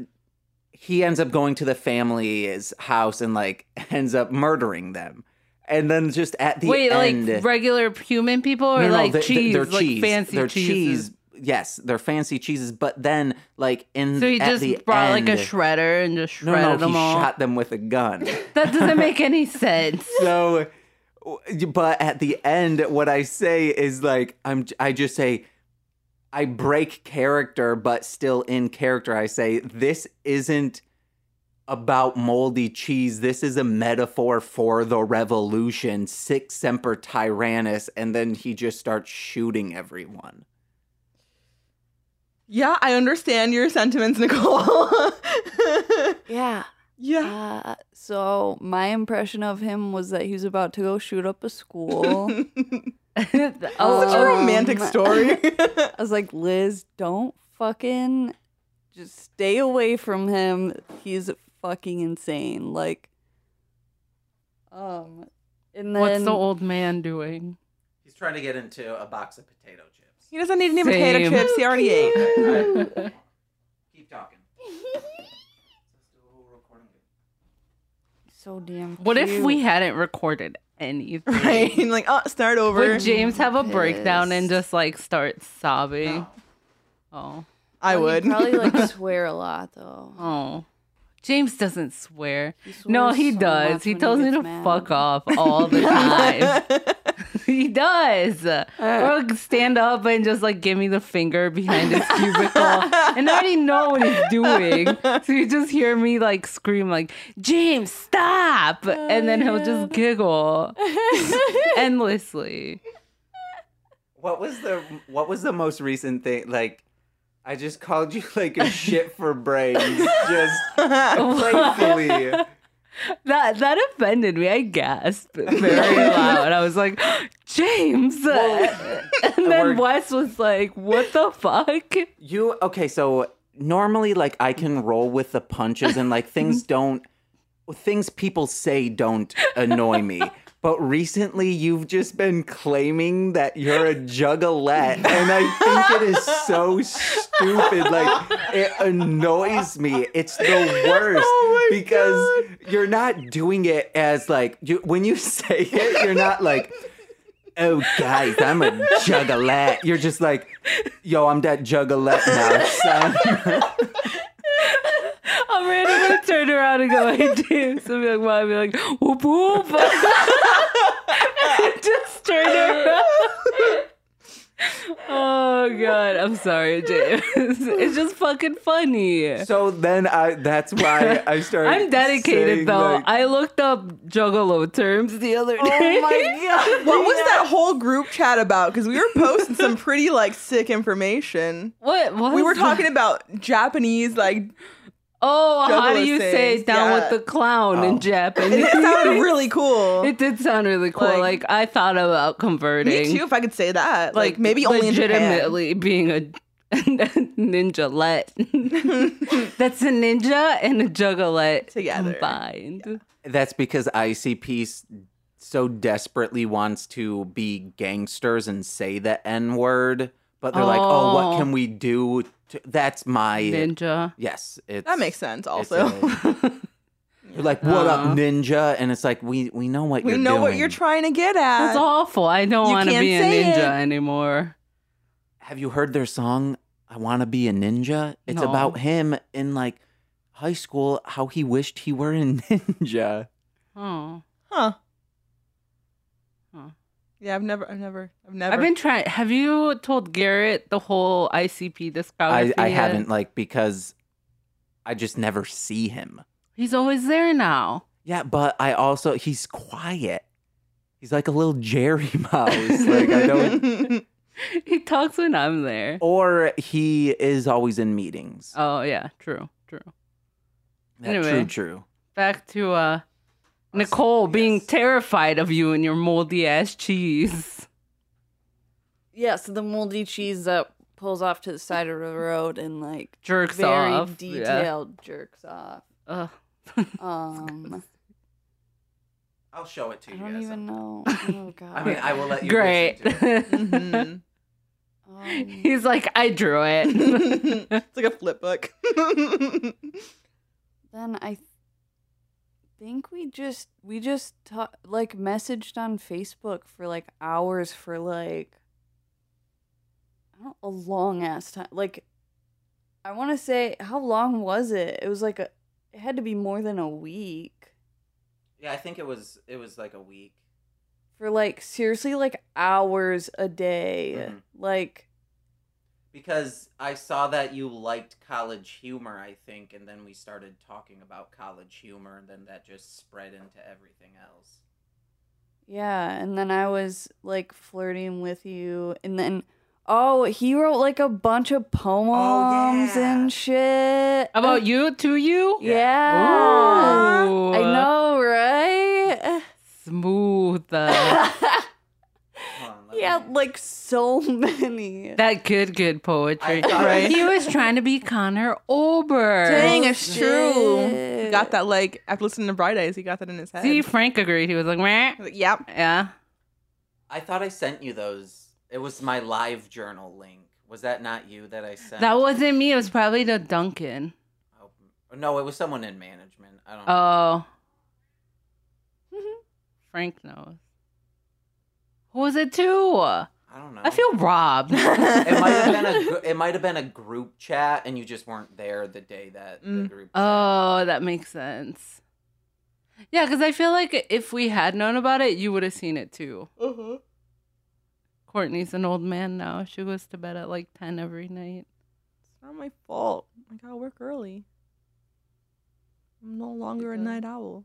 S1: he ends up going to the family's house and like (laughs) ends up murdering them and then just at the
S2: Wait,
S1: end
S2: like regular human people or like
S1: they-
S2: cheese?
S1: they're
S2: like
S1: cheese
S2: fancy
S1: they're
S2: cheeses?
S1: cheese yes they're fancy cheeses but then like in
S2: So he
S1: at the
S2: just brought like
S1: end-
S2: a shredder and just
S1: no
S2: shredded
S1: no
S2: them
S1: he
S2: all.
S1: shot them with a gun
S2: (laughs) That doesn't make any sense.
S1: (laughs) so but at the end what i say is like i'm i just say i break character but still in character i say this isn't about moldy cheese this is a metaphor for the revolution six semper tyrannis and then he just starts shooting everyone
S3: (laughs) Yeah, I understand your sentiments, Nicole. (laughs)
S4: Yeah.
S3: yeah.
S4: Uh, so my impression of him was that he was about to go shoot up
S1: (laughs)
S4: a school.
S3: Um, (laughs)
S2: (laughs) Oh,
S3: Such a romantic
S4: Um,
S3: story.
S4: I was like, Liz, don't fucking just stay away from him. He's fucking insane. Like, um, and then
S2: What's the old man doing?
S1: He's trying to get into a box of potato chips.
S3: (laughs) (laughs) he doesn't need any potato
S2: Same.
S3: chips. He already ate.
S1: Keep talking.
S4: so damn.
S2: What if
S4: cute.
S2: we hadn't recorded anything?
S3: (laughs)
S2: (laughs)
S3: Right? like, oh, start over.
S2: Would James have a breakdown and
S4: Pissed.
S2: just like start sobbing? Oh,
S3: I
S4: Well, he'd
S3: would.
S4: probably (laughs) like swear a lot (laughs) though.
S2: oh. James doesn't swear. no,
S4: swears
S2: he
S4: so
S2: does.
S4: much
S2: He
S4: when
S2: tells me
S4: gets
S2: to
S4: mad.
S2: fuck off all
S4: (laughs)
S3: (laughs)
S2: the time. (laughs) he does. or stand up and just like give me the finger behind his cubicle. and I already know what he's doing. So you just hear me like scream like, James, stop. and then he'll
S4: (laughs)
S2: just giggle endlessly.
S1: What was the What was the most recent thing? Like, I just called you like a shit for brains, just
S3: (laughs)
S1: playfully.
S2: (laughs) That that offended me. I gasped very loud. I was like, James. and then
S1: We're-
S2: Wes was like, What the fuck?
S1: You okay? So normally, like, I can roll with the punches, and like things don't, things people say don't annoy me. But recently, you've just been claiming that you're a juggalette, and I think it is so stupid. Like, it annoys me. It's the worst because you're not doing it as like you, when you say it, you're not like oh guys, I'm a juggalette. You're just like, yo, I'm that juggalette now, son.
S2: I'm randomly gonna turn around and go, hey, James. I'll be like, why? I'll be like, whoop, whoop. (laughs) Just turn around. Oh, God. I'm sorry, James. (laughs) It's just fucking funny.
S1: so then I that's why I started.
S2: I'm dedicated,
S1: saying,
S2: though.
S1: like-
S2: I looked up juggalo terms the other day.
S4: Oh (laughs) my god!
S3: what was that whole group chat about? Because we were posting some pretty like sick information.
S2: What? what
S3: We were
S2: was that?
S3: talking about Japanese, like
S2: (laughs) Oh, how do
S3: juggalo
S2: you say
S3: things,
S2: down
S3: yeah.
S2: with the clown in
S1: Oh.
S3: and it
S2: Japanese?
S3: sounded really cool.
S2: (laughs) It did sound really cool. Like,
S3: Like-
S2: I thought about converting.
S3: Me too, if I could say that. Like, maybe only in Japan.
S2: legitimately being a (laughs)
S3: (laughs)
S2: ninja let. That's a ninja and a juggalette
S3: Together.
S2: combined.
S1: that's because ICP s- so desperately wants to be gangsters and say the N word, but they're like, oh,
S2: Oh.
S1: what can we do? To, that's my
S2: Ninja.
S1: yes. It's,
S3: (laughs) That makes sense.
S1: it's
S3: (laughs) Also,
S1: a- You're like, what
S2: Uh-huh.
S1: up, ninja? And it's like, we we know what
S3: we
S1: you're
S3: know what
S1: doing.
S3: you're trying to get at.
S2: That's awful. I don't
S3: Uh, You
S2: want to
S3: can't
S2: be a
S3: say
S2: ninja
S3: it.
S2: anymore.
S1: have you heard their song i want to be a ninja it's
S2: No.
S1: about him in like high school how he wished he were a (laughs) ninja
S2: Oh.
S3: Huh.
S2: Huh.
S3: Yeah, I've never, I've never, I've never. (laughs)
S2: I've been trying. Have you told Garrett the whole ICP discography?
S1: i, I
S2: yet?
S1: haven't like because i just never see him
S2: He's always there now. (laughs)
S1: yeah but i also he's quiet he's like a little (laughs) jerry mouse like i
S3: (laughs)
S1: don't
S2: He talks when I'm there.
S1: or he is always in meetings
S2: Oh, yeah. True. True.
S1: That
S2: anyway.
S1: true true
S2: back to uh Nicole being terrified of you and your moldy ass cheese.
S4: Yeah, so the moldy cheese that pulls off to the side of the road and like
S2: Jerks
S4: very
S2: off. Yeah.
S4: detailed jerks off.
S2: Ugh.
S4: Um,
S1: i'll show it to
S4: I don't even know. Oh god.
S1: i mean i will
S2: (laughs)
S1: let you
S2: Great.
S1: listen to it. Mm-hmm.
S3: Mhm.
S4: Um,
S2: (laughs) He's like, I drew
S1: (laughs)
S2: (laughs) it.
S3: (laughs) it's like a flip book. (laughs)
S4: then I th- think we just we just ta- like messaged on Facebook for like hours for like I don't, a long ass time. Like I want to say how long was it? It was like a it had to be more than a week
S1: yeah i think it was it was like a week
S4: for like seriously like hours a day.
S1: Mhm.
S4: Like
S1: because I saw that you liked college humor, I think, and then we started talking about college humor, and then that just spread into everything else.
S4: Yeah, and then I was like flirting with you, and then Oh, he wrote like a bunch of poems
S1: yeah.
S4: and shit.
S2: About you to you?
S4: Yeah.
S2: Ooh.
S4: I
S3: (laughs)
S4: know, right?
S2: Smooth. (laughs) uh,
S1: Hold on, let
S4: He had
S1: me-
S4: like so (laughs) many.
S2: that good, good poetry.
S1: I thought- Right.
S2: He was trying to be Connor Ober.
S3: Dang, it's true. He
S4: shit.
S3: got that like after listening to Bright Eyes, he got that in his head.
S2: See, Frank agreed. He was like, Meh.
S3: He's like, yep.
S2: yeah.
S1: I thought I sent you those. It was my live journal link. Was that not you that I sent?
S2: That wasn't me. It was probably the Duncan.
S1: Oh, no, it was someone in management. I don't. know.
S2: Oh. Mm-hmm. Frank knows. Who was it to?
S1: I don't know.
S2: I feel robbed.
S1: it might have been a gr- it might have been a group chat, and you just weren't there the day that the
S3: Mm.
S1: group.
S2: (laughs) Oh, that makes sense. Yeah, because I feel like if we had known about it, you would have seen it too.
S3: Mm-hmm.
S2: Courtney's an old man now. She goes to bed at like 10 every night.
S3: It's not my fault. I gotta work early. I'm no longer a
S2: Because-
S3: night owl.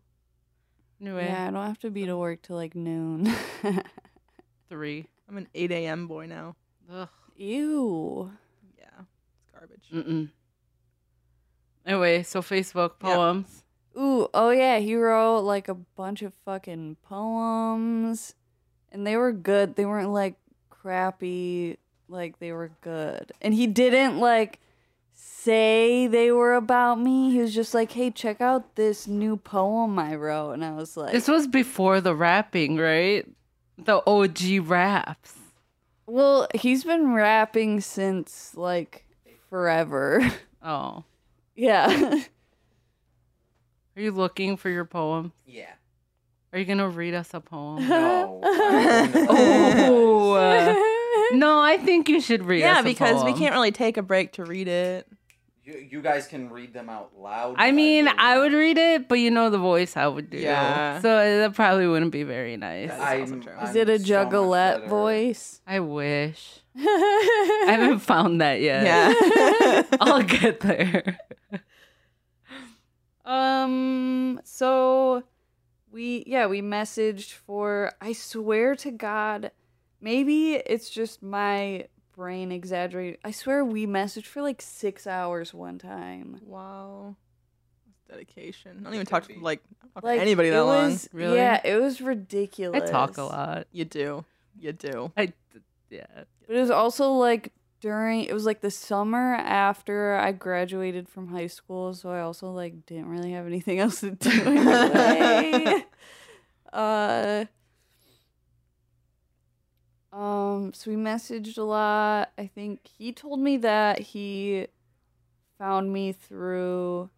S2: Anyway,
S4: Yeah, I don't have to be to work till like noon. (laughs)
S2: three.
S3: I'm an 8 a.m. boy now.
S2: Ugh.
S4: Ew.
S3: Yeah, it's garbage.
S2: Mm-mm. Anyway, so Facebook
S3: Yeah.
S2: poems.
S4: Ooh, oh yeah, he wrote like a bunch of fucking poems. And they were good. They weren't like crappy, like they were good. And he didn't like say they were about me. He was just like, "Hey, check out this new poem I wrote." And I was like,
S2: This was before the rapping, right? The OG raps.
S4: "Well, he's been rapping since like forever." (laughs)
S2: Oh.
S4: yeah.
S2: Are you looking for your poem?
S1: Yeah.
S2: Are you going to read us a poem?
S1: (laughs) No. I'm going to-
S2: (laughs) oh.
S4: (laughs)
S2: uh, (laughs) no, I think you should read us
S3: Yeah,
S2: a
S3: because we
S2: poem.
S3: can't really take a break to read it.
S1: You, you guys can read them out loud.
S2: I
S1: but
S2: mean,
S1: will
S2: I
S1: not.
S2: would read it, but you know the voice I would do.
S3: Yeah.
S2: So uh, that probably wouldn't be very nice.
S3: That
S1: I'm,
S3: is also true.
S1: I'm
S4: Is it a
S1: so much
S4: juggalette
S1: better.
S4: voice?
S2: I wish. I
S3: (laughs)
S2: haven't found that yet. (laughs) I'll get there. (laughs)
S4: Um. So we yeah we messaged for I swear to God, maybe it's just my brain exaggerating. I swear we messaged for like six hours one time.
S3: wow. Dedication. I don't even talk to
S1: Dedication.
S3: like, I don't talk to
S4: Like
S3: anybody
S4: it
S3: that long.
S4: was-
S2: Really?
S4: Yeah, it was
S2: I
S4: ridiculous.
S2: talk a lot.
S3: You do. You do.
S2: I, yeah.
S4: But it was also like during it was like the summer after I graduated from high school, so I also like didn't really have anything (laughs) else to do. anyway. (laughs) uh um so we messaged a lot. I think he told me that he found me through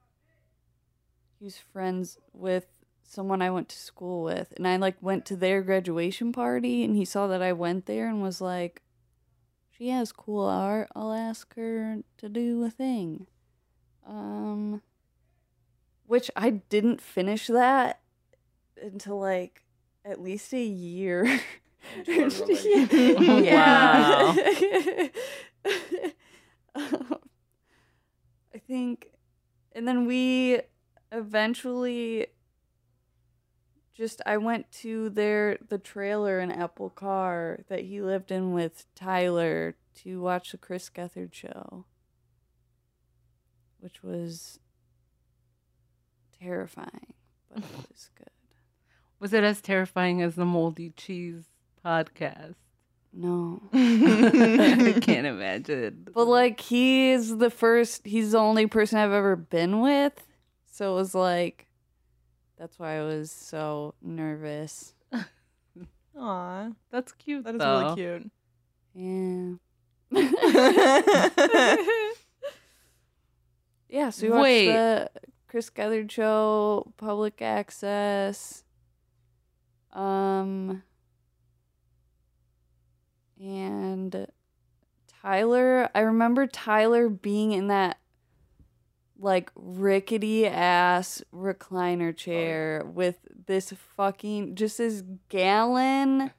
S4: he's friends with someone I went to school with and I like went to their graduation party and he saw that I went there and was like she has cool art. I'll ask her to do a thing. Um which I didn't finish that until like at least a year. (laughs)
S1: Into a relationship. (laughs)
S4: yeah. Um, I think and then we eventually just I went to their the trailer in Apple Car that he lived in with Tyler to watch the Chris Gethard show, which was terrifying, but it was good.
S2: Was it as terrifying as the moldy cheese podcast? (laughs)
S4: No.
S3: (laughs)
S2: I can't imagine.
S4: But like he's the first he's the only person I've ever been with. So it was like that's why I was so nervous.
S3: Aw,
S2: that's cute.
S3: that is
S2: though.
S3: really (laughs) cute.
S4: Yeah. (laughs)
S3: (laughs)
S4: yeah, so we watched
S2: Wait.
S4: the Chris Gethard show, Public Access. Um and Tyler, I remember Tyler being in that like rickety ass recliner chair with this fucking just this gallon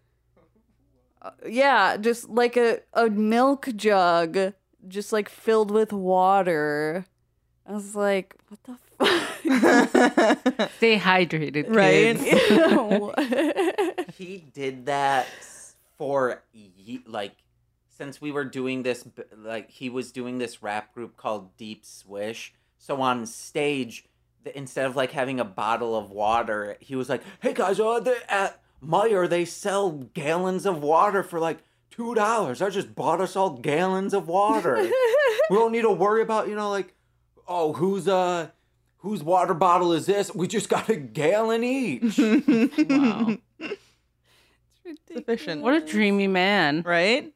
S4: uh, yeah, just like a a milk jug just like filled with water. I was like, what the (laughs) fuck?
S2: (laughs) Stay
S3: (laughs)
S2: hydrated,
S4: (laughs)
S3: Right?
S2: kids.
S4: Ew.
S1: (laughs) He did that for ye- like since we were doing this, b- like he was doing this rap group called Deep Swish. So on stage, th- instead of like having a bottle of water, he was like, "Hey guys, uh, they- at Meyer they sell gallons of water for like two dollars. I just bought us all gallons of water. we don't need to worry about you know like, oh who's uh." Whose water bottle is this? We just got a gallon each.
S3: (laughs)
S2: Wow.
S3: Sufficient.
S2: What a dreamy man.
S3: right?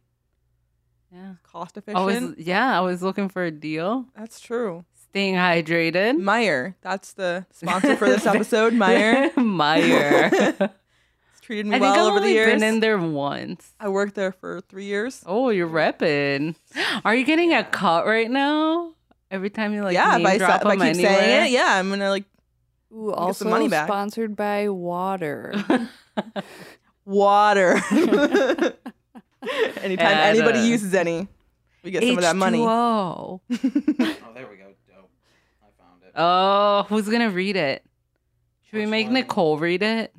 S2: Yeah.
S3: Cost
S2: I was,
S3: efficient.
S2: yeah, I was looking for a deal.
S3: That's true.
S2: Staying hydrated.
S3: Meyer, that's the sponsor for this
S2: (laughs)
S3: episode. Meyer, (laughs)
S2: Meyer.
S3: it's treated me
S2: I think
S3: well
S2: I've
S3: over the
S2: only
S3: years.
S2: been in there once.
S3: I worked there for three years.
S2: Oh, you're repping. Are you getting a cut right now? Every time you like
S3: yeah, if
S2: name
S3: I, sa-
S2: drop
S3: if I
S2: them
S3: keep saying
S2: anywhere?
S3: it, yeah, I'm gonna like
S4: Ooh,
S3: Get
S4: also
S3: some money back.
S4: sponsored by
S3: (laughs)
S4: water.
S3: water. (laughs) Anytime
S2: Add
S3: anybody
S2: a-
S3: uses any, we get some of that money. (laughs)
S2: H2O.
S1: Oh, there we go. Dope. I found it.
S2: Oh, who's gonna read it? Should we
S1: Which
S2: make
S1: one?
S2: Nicole read it?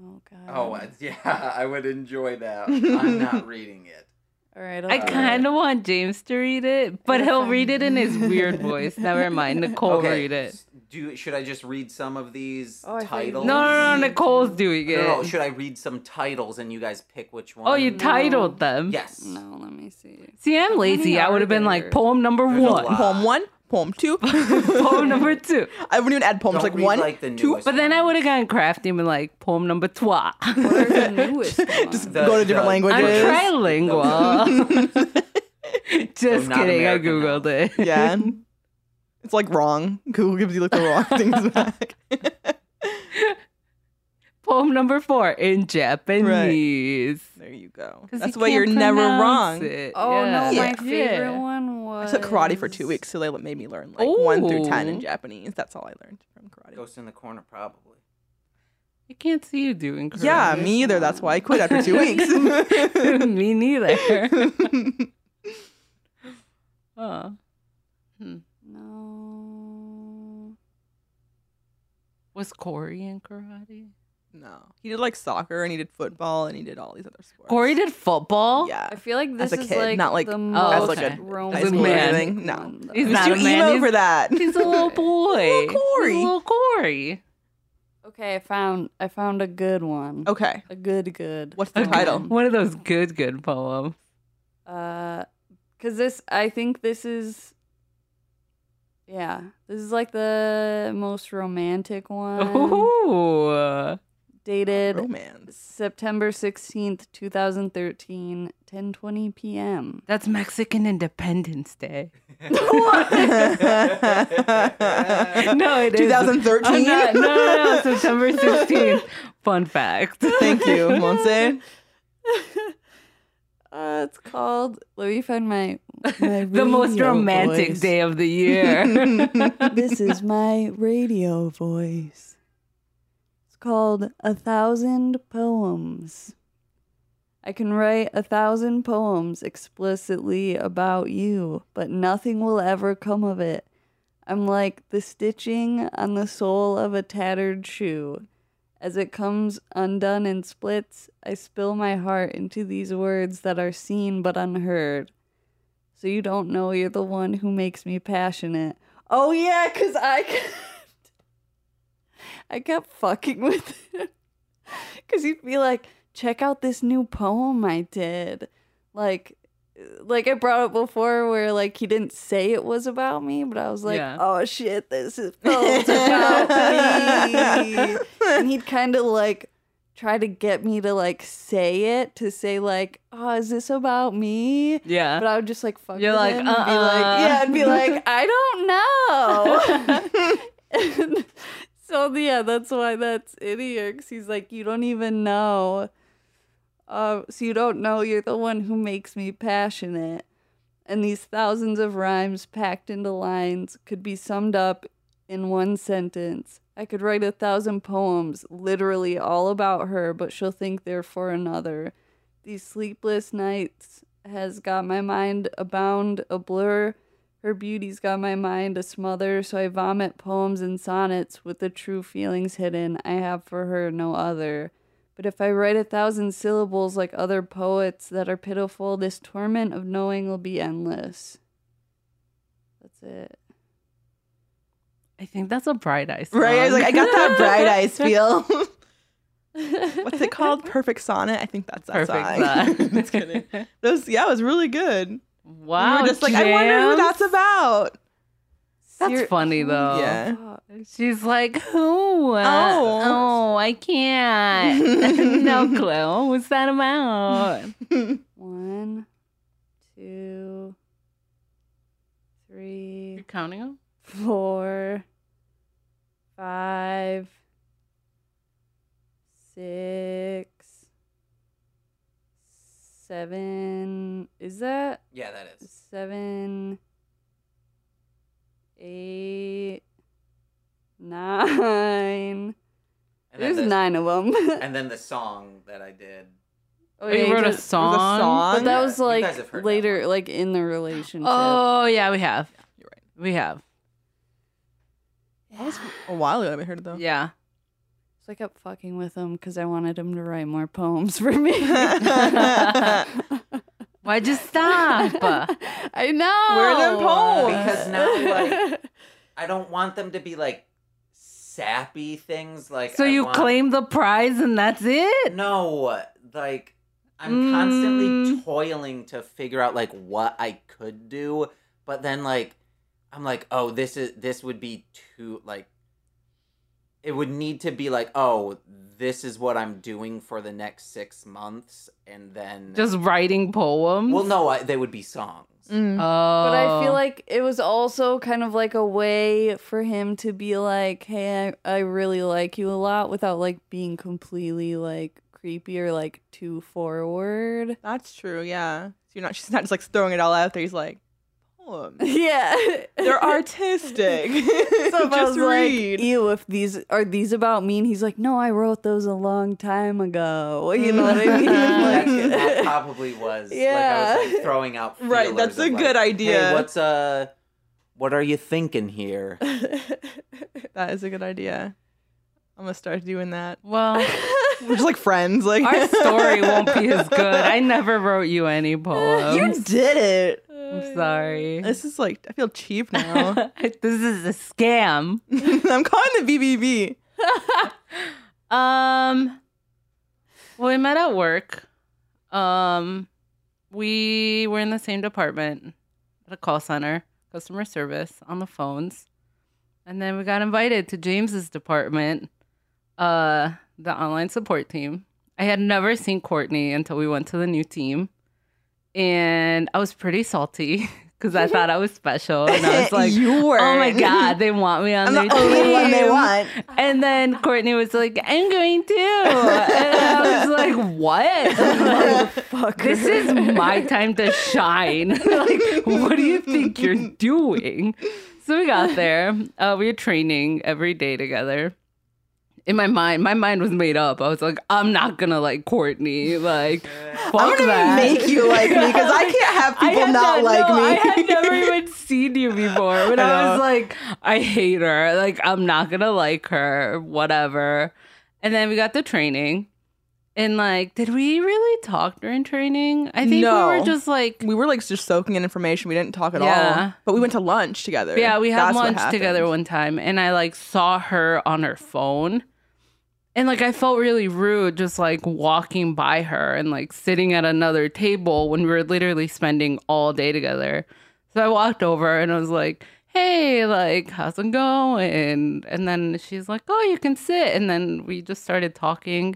S4: Oh god.
S1: Oh, it's- yeah, I (laughs) would enjoy that.
S2: (laughs)
S1: I'm not reading it.
S4: All right.
S2: I
S1: Uh,
S2: kind of want James to read it, but he'll
S4: Okay.
S2: read it in his weird voice. Never mind. Nicole read it.
S1: s- Do should I just read some of these
S4: Oh, I thought you-
S2: No,
S1: titles?
S2: no, no. Nicole's doing
S1: No,
S2: it.
S1: no, Should I read some titles and you guys pick which one?
S2: oh, you
S4: No.
S2: titled them.
S1: yes.
S4: No, let me see.
S3: (laughs)
S2: See, I'm
S4: many
S2: lazy. I
S4: are
S2: would have been
S4: there?
S2: like poem number
S1: There's a
S2: one,
S1: lot.
S3: Poem one, poem two. (laughs)
S2: poem number two.
S3: I wouldn't even add poems.
S1: Don't
S3: Like
S1: read,
S3: one,
S1: like, the
S3: two.
S1: newest
S2: But then I
S1: ones.
S2: would have gotten crafty and been like poem number trois. I'm
S4: What are the newest ones?
S3: Just
S1: The-
S3: go to different
S1: the-
S3: languages.
S1: is-
S2: (laughs) trilingual. (laughs) Just
S1: So not
S2: kidding. I
S1: American
S2: googled it.
S1: (laughs)
S3: (laughs) yeah. It's like wrong. Google gives you like the wrong things back.
S2: (laughs) Poem number four in Japanese.
S3: There you go.
S2: 'Cause
S3: That's
S2: you
S3: why you're
S2: can't
S3: never wrong.
S2: pronounce it.
S4: Oh no,
S2: Yeah.
S4: my
S2: Yeah.
S4: favorite
S2: Yeah.
S4: one
S3: I
S4: was
S3: took karate for two weeks, so they made me learn like one through ten in
S2: Ooh.
S3: Japanese. That's all I learned from karate.
S1: Ghost in the corner,
S2: (laughs)
S1: probably. (laughs)
S2: You can't see you doing karate.
S3: yeah, me either. That's why I quit after two weeks.
S2: (laughs) me
S3: (laughs)
S2: neither. Huh.
S4: No.
S2: Was Corey in karate?
S3: no, he did like soccer and he did football and he did all these other sports.
S2: Corey did football.
S3: Yeah,
S4: I feel like
S3: As
S4: this
S3: a
S4: is
S3: kid,
S4: like
S3: not like-
S4: the
S2: as
S4: most
S2: like a high
S4: romantic
S2: school or
S3: anything. No.
S4: one, though.
S2: He's
S3: he's
S2: not
S3: too
S2: a man,
S3: emo
S2: he's-
S3: for that.
S2: He's a little boy.
S3: Little Corey.
S2: He's a little Corey.
S4: Okay, I found I found a good one.
S3: (laughs)
S2: (laughs)
S3: okay,
S4: A good good.
S3: What's the
S4: poem.
S3: title?
S2: One of those good, good poems.
S4: Uh, cause this I think this is. Yeah, this is like the most romantic
S2: Uh, (laughs)
S4: one.
S2: Ooh. (laughs)
S4: Dated
S3: romance. (laughs)
S4: September 16th, 2013, 10:20 p.m.
S2: That's Mexican Independence Day. (laughs) no, it is.
S3: 2013.
S2: I'm not- no, no, no, September 16th. Fun
S3: (laughs)
S2: fact.
S3: Thank you, Monse.
S4: Uh, it's called. Let me find my,
S2: (laughs)
S4: my
S2: (laughs) the most
S4: radio
S2: romantic
S4: voice.
S2: day of
S3: (laughs)
S2: the year.
S4: This is my radio voice. It's called A Thousand Poems. I can write a thousand poems explicitly about you, but nothing will ever come of it. I'm like the stitching on the sole of a tattered shoe. As it comes undone and splits, I spill my heart into these words that are seen but unheard. So you don't know you're the one who makes me passionate. Oh yeah, cause I kept, I kept fucking with him. (laughs) Cause he'd be like, check out this new poem I did. Like like I brought up before where like he didn't say it was about me, but I was like,
S2: Yeah.
S4: Oh shit, this is
S3: (laughs)
S4: poem's about me. And he'd kinda like try to get me to like say it, to say like, Oh, is this about me?
S2: yeah.
S4: But I would just like fuck.
S2: You're
S4: with
S2: like,
S4: him and be
S2: "Uh-uh."
S4: like, yeah, and
S2: (laughs)
S4: be like, I
S3: (laughs)
S4: don't know. and (laughs) so yeah, that's why that's in here. 'cause he's like, you don't even know. Uh, so you don't know you're the one who makes me passionate. And these thousands of rhymes packed into lines could be summed up in one sentence. I could write a thousand poems, literally all about her, but she'll think they're for another. These sleepless nights has got my mind a bound, a blur. Her beauty's got my mind a smother, so I vomit poems and sonnets with the true feelings hidden. I have for her no other. But if I write a thousand syllables like other poets that are pitiful, this torment of knowing will be endless. That's it.
S2: I think that's a bright eyes.
S3: Right? I was like, I got that (laughs)
S2: (laughs)
S3: bright eyes feel. (laughs) What's it called? Perfect sonnet. I think that's that
S2: Perfect.
S3: song. (laughs)
S2: sign.
S3: Just kidding. That was, yeah, it was really good.
S2: Wow.
S3: we were just like, I wonder who
S2: James.
S3: that's
S2: (laughs)
S3: about.
S2: That's funny, though.
S3: Yeah.
S4: Fuck.
S2: She's like, who? Uh,
S3: Oh.
S2: oh, I can't.
S3: (laughs)
S2: (laughs) no clue. What's that about?
S4: One, two, three,
S2: You're counting them?
S4: four, five, six, seven. Is that
S1: Yeah, that is.
S4: seven, eight,
S1: And then
S4: nine? There's
S1: the,
S4: nine of them. (laughs)
S1: And then the song that I did.
S4: oh,
S2: Oh, you wrote a
S3: It was a
S2: song?
S3: song.
S4: But that
S1: Yeah,
S4: was
S1: you guys
S4: like
S1: have heard that
S4: later,
S1: one.
S4: like in the relationship.
S2: Oh, yeah, we have.
S3: You're right.
S2: We have.
S4: I was
S3: (laughs) A while ago, I haven't heard it though.
S2: Yeah.
S4: So I kept fucking with him because I wanted him to write more poems for me.
S2: Why'd
S3: (laughs)
S2: you stop?
S4: I know.
S3: Where
S2: Oh.
S3: are them poems?
S1: Because
S3: (laughs)
S1: now, like- I don't want them to be like sappy things. Like
S2: so
S1: I
S2: you
S1: want-
S2: claim the prize and that's it?
S1: No, like I'm constantly
S2: Mm.
S1: toiling to figure out like what I could do, but then like I'm like, oh, this is this would be too like it would need to be like, oh, this is what I'm doing for the next six months, and then
S2: Just writing poems?
S1: well, no, I, they would be songs.
S2: Oh.
S3: Mm.
S4: (laughs) but I feel like it was also kind of like a way for him to be like, hey, I, I really like you a lot without like being completely like creepy or like too forward. (laughs)
S3: That's true. Yeah. So you're not. She's not just like throwing it all out there. He's like, poems.
S2: (laughs)
S4: Yeah.
S3: They're artistic.
S4: (laughs) So if I
S3: (laughs)
S4: was
S3: just read.
S4: like,
S2: e-
S4: ew, if these are these about me, and he's like, no, I wrote those a long time (laughs) ago. You know what I
S3: (laughs)
S4: mean?
S1: That's-
S4: Like-
S1: that probably was
S4: Yeah.
S1: like I was like throwing out
S3: right. That's
S1: feelers
S3: a
S1: of,
S3: good
S1: like,
S3: idea.
S1: Hey, what's uh, what are you thinking
S3: (laughs)
S1: here?
S3: that is a good idea. I'm gonna start doing that.
S2: Well,
S3: We're just like friends. Like
S2: our story won't
S3: (laughs)
S2: be as good. I never wrote you any poems.
S3: you did it.
S2: I'm (laughs) sorry.
S3: This is like I feel
S2: (laughs)
S3: cheap now. (laughs)
S2: this is a scam.
S3: I'm calling the BBB.
S2: (laughs) Um, well, we met at work. Um, we were in the same department at a call center, customer service on the phones, and then we got invited to James's department, uh, the online support team. I had never seen Courtney until we went to the new team, and I was pretty salty (laughs) because I thought I was special, and (laughs) I was like.
S3: you were.
S2: Oh my god, they want me on
S3: I'm
S2: their
S3: the only one they
S2: team." (laughs)
S3: want.
S2: And then Courtney was like, I'm going too. And I was
S3: (laughs)
S2: like, what?
S4: Motherfucker.
S2: this is my time to shine. (laughs) like, what do you
S3: (laughs)
S2: think you're doing? So we got there. Uh, we were training every day together. In my mind, my mind was made up. I was like, I'm not gonna like Courtney. Like, fuck
S3: I'm gonna
S2: that.
S3: make you like me because I can't have
S2: I
S3: people
S2: had
S3: not
S2: no-
S3: like me.
S2: I
S3: (laughs)
S2: had never even seen you before, but I,
S3: I
S2: was
S3: know.
S2: like, I hate her. Like, I'm not gonna like her, whatever. And then we got the training, and like, did we really talk during training? I think we
S3: No.
S2: were just like,
S3: we were like just soaking in information. We didn't talk at
S2: Yeah.
S3: all. But we went to lunch together.
S2: yeah, we had
S3: That's what
S2: lunch together
S3: happened.
S2: one time, and I like saw her on her phone. And like I felt really rude just like walking by her and like sitting at another table when we were literally spending all day together. So I walked over and I was like, "Hey, like how's it going?" And then she's like, "Oh, you can sit." And then we just started talking.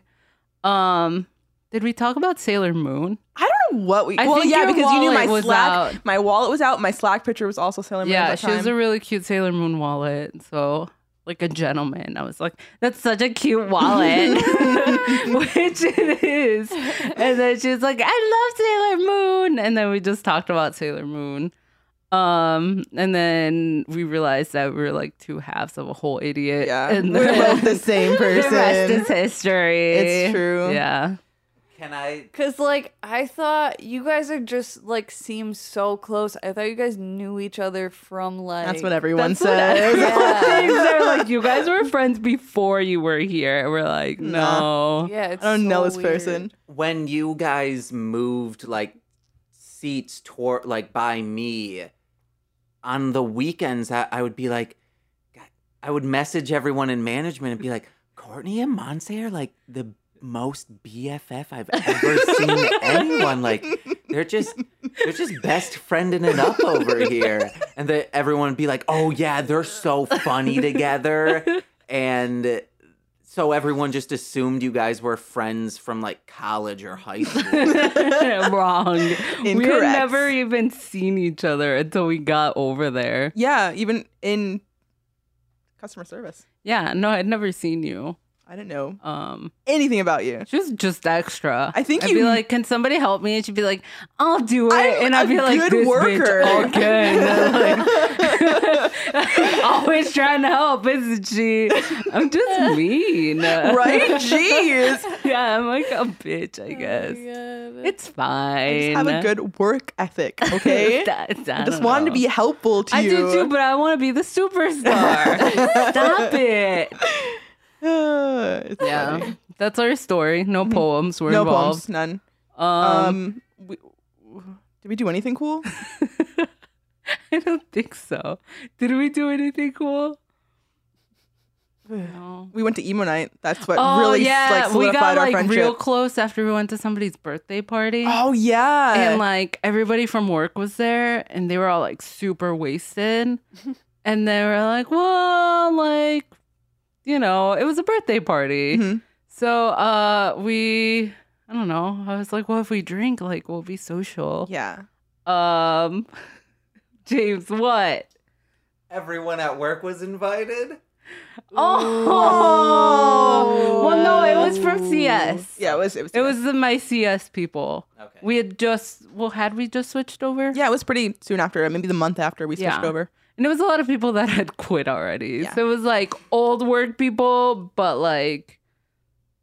S2: Um did we talk about Sailor Moon?
S3: I don't know what we.
S2: I
S3: well,
S2: think
S3: yeah,
S2: your
S3: because you knew
S2: wallet
S3: my
S2: was
S3: Slack.
S2: out.
S3: My wallet was out. My Slack picture was also Sailor Moon.
S2: Yeah,
S3: at that
S2: she has a
S3: time.
S2: really cute Sailor Moon wallet. So, like a gentleman, I was like, "That's such a cute
S3: (laughs)
S2: wallet," (laughs) which it is. And then she's like, "I love Sailor Moon," and then we just talked about Sailor Moon. Um, and then we realized that we were like two halves of a whole idiot. (laughs)
S3: Yeah,
S2: and
S3: we're
S2: then (laughs)
S3: both the same
S2: the rest is
S3: person.
S2: history.
S3: It's true.
S2: Yeah,
S1: Can I?
S4: Cause like I thought you guys are just like seem so close. I thought you guys knew each other from like
S3: That's what everyone
S2: That's what
S3: says.
S2: (laughs)
S4: Yeah.
S2: Things are like you guys were friends before you were here. And we're like, no.
S3: Nah.
S4: Yeah,
S3: (laughs)
S4: it's
S3: I don't know
S4: so
S3: this person.
S1: when you guys moved like seats toward like by me on the weekends I, I would be like God- i would message everyone in management and be like courtney and monse are like the most bff i've ever seen anyone like they're just they're just best friending it up over here and they, everyone would be like oh yeah they're so funny together and so everyone just assumed you guys were friends from like college or high school
S2: (laughs) Wrong. We had
S3: Incorrect.
S2: never even seen each other until we got over there.
S3: Yeah, even in customer service.
S2: Yeah, no, I'd never seen you.
S3: I didn't know
S2: Um,
S3: anything about you.
S2: she was just extra.
S3: I think
S2: I'd be
S3: you-
S2: like, "Can somebody help me?" And she'd be like, "I'll do it."
S3: I'm
S2: and I'd
S3: a
S2: be like,
S3: good
S2: "This
S3: worker."
S2: bitch again."
S3: (laughs)
S2: Like, (laughs) always trying to help, isn't she?
S3: (laughs)
S2: I'm just mean,
S3: Right? Jeez.
S2: (laughs) Yeah, I'm like a bitch, I guess.
S4: It's
S2: It's fine.
S3: I just have a good work ethic,
S2: (laughs)
S3: okay?
S2: That-
S3: I
S2: I
S3: just
S2: don't
S3: wanted to
S2: know.
S3: be helpful to
S2: I
S3: you.
S2: do too, but I want to be
S3: (laughs)
S2: the superstar. Stop it.
S3: (laughs) It's
S2: Yeah,
S3: funny.
S2: that's our story. No poems were
S3: Mm-hmm. No poems,
S2: involved.
S3: none.
S2: Um, (laughs)
S3: Um, we, did we do anything cool?
S2: I don't think so. Did we do
S3: (sighs)
S2: anything cool? No.
S3: we went to emo night. That's what
S2: Oh
S3: really
S2: yeah,
S3: like
S2: we
S3: solidified
S2: got
S3: our
S2: like
S3: friendship.
S2: real close after we went to somebody's birthday party.
S3: oh yeah,
S2: and like everybody from work was there and they were all like super
S3: (laughs)
S2: wasted and they were like well like you know it was a birthday party
S3: Mhm.
S2: so uh we i don't know i was like well if we drink like we'll be social
S3: yeah.
S2: um (laughs) james what
S1: everyone at work was invited
S2: oh well no it was from cs
S3: Yeah, it was. It was.
S2: it was the my cs people
S1: okay
S2: we had just well had we just switched over
S3: Yeah, it was pretty soon after, maybe the month after we switched
S2: Yeah.
S3: over.
S2: And it was a lot of people that had quit already.
S3: Yeah.
S2: So it was like old work people, but like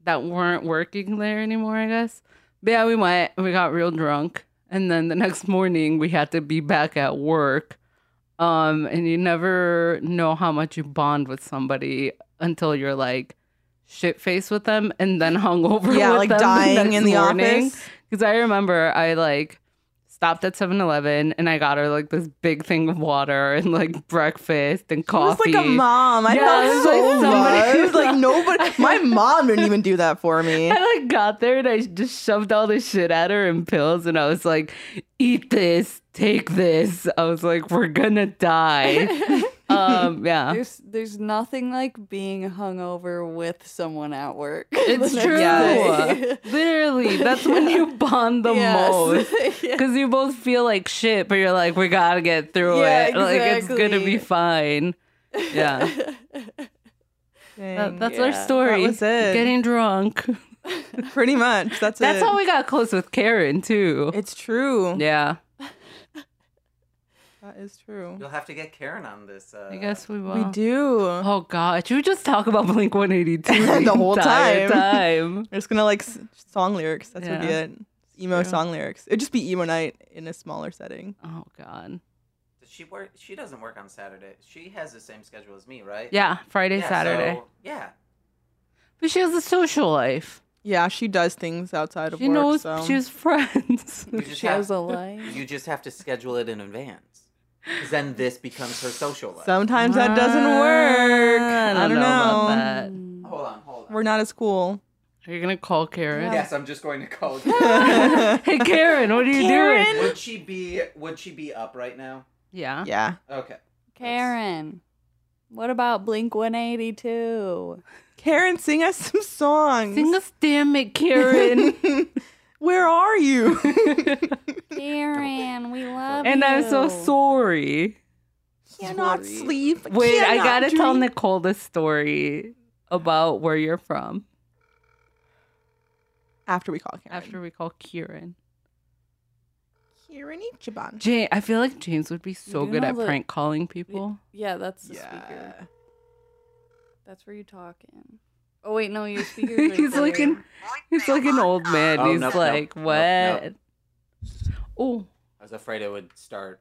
S2: that weren't working there anymore, I guess. But yeah, we went and we got real drunk. And then the next morning we had to be back at work. Um, and you never know how much you bond with somebody until you're like shit faced with them and then (laughs) hungover.
S3: yeah,
S2: (laughs) with
S3: like
S2: them
S3: dying
S2: next
S3: in the
S2: morning.
S3: office.
S2: Because I remember I like stopped at 7 Eleven and I got her like this big thing of water and like breakfast and
S3: It was
S2: coffee.
S3: like a mom. I
S2: Yeah, it
S3: felt
S2: was
S3: so
S2: like somebody- (laughs)
S3: loved. (laughs) Like nobody. My mom didn't even do that for me.
S2: I like got there and I just shoved all this shit at her and pills and I was like, eat this, take this. I was like, we're gonna die. um, yeah.
S4: (laughs) there's there's nothing like being hungover with someone at work. (laughs)
S2: It's
S4: The next
S2: true.
S4: (laughs) day.
S2: Literally, that's when you bond the
S4: (laughs) Yes.
S2: most.
S4: (laughs) Yeah.
S2: Because you both feel like shit, but you're like, we gotta get through
S4: Yeah,
S2: it. Like, it's gonna be
S4: exactly.
S2: fine. Yeah. That-
S3: Dang.
S2: that's
S4: Yeah,
S2: our
S4: that
S2: story.
S3: was it.
S2: Getting drunk.
S3: pretty much. That's
S2: That's
S3: it.
S2: how we got close with Karen too.
S3: It's true.
S2: yeah,
S3: That is true.
S1: you'll have to get karen on this uh,
S2: I guess we will.
S3: We do.
S2: Oh god, you just talk about Blink One Eighty (laughs) Two
S3: The whole
S2: entire time.
S3: We're just gonna like s- song lyrics. That's what be
S2: Yeah.
S3: it. Emo
S2: True.
S3: song lyrics. It'd just be emo night in a smaller setting.
S2: oh god.
S1: Does she work? She doesn't work on Saturday. She has the same schedule as me, right?
S2: Yeah, Friday,
S1: Yeah,
S2: Saturday.
S1: so- yeah.
S2: But she has a social life.
S3: Yeah, she does things outside of
S2: She
S3: work.
S2: knows
S3: so.
S2: she has
S1: (laughs)
S2: friends.
S1: You just,
S4: She has
S1: have,
S4: a life.
S1: you just have to schedule it in advance. 'Cause Then this becomes her social life.
S3: Sometimes that doesn't work.
S2: (laughs) Ah, I don't, know. About that.
S4: Mm.
S1: hold on, hold on.
S3: We're not as
S2: (laughs)
S3: cool.
S2: Are you gonna call Karen?
S1: Yes, I'm just going to
S4: (laughs)
S1: call.
S2: (laughs) hey Karen, what are you doing?
S1: would she be? Would she be up right now?
S2: Yeah.
S3: Yeah.
S1: Okay.
S4: Karen, what about
S2: (laughs)
S4: Blink 182?
S3: Karen, sing us some songs.
S2: Sing us, damn it, Karen. (laughs)
S3: Where are you?
S4: Karen, we love
S2: and
S4: you.
S2: I'm so sorry.
S3: cannot
S4: Sorry.
S3: sleep.
S2: Wait, I
S3: cannot
S2: gotta tell
S3: drink.
S2: Nicole the story about where you're from
S3: after we call Karen.
S2: after we call Kieran.
S3: Karen Ichiban.
S2: Jane, I feel like James would be so
S4: do
S2: good
S4: know
S2: at
S4: that-
S2: prank calling people.
S4: Yeah, that's the
S3: Yeah.
S4: speaker. That's where you talk in. Oh wait, no, your
S2: (laughs)
S4: speakers. Are
S2: he's
S4: clear.
S2: like an (laughs) he's like an old man.
S1: Oh,
S2: he's
S1: nope, nope,
S2: like,
S1: nope,
S2: what?
S1: nope.
S2: Oh,
S1: I was afraid it would start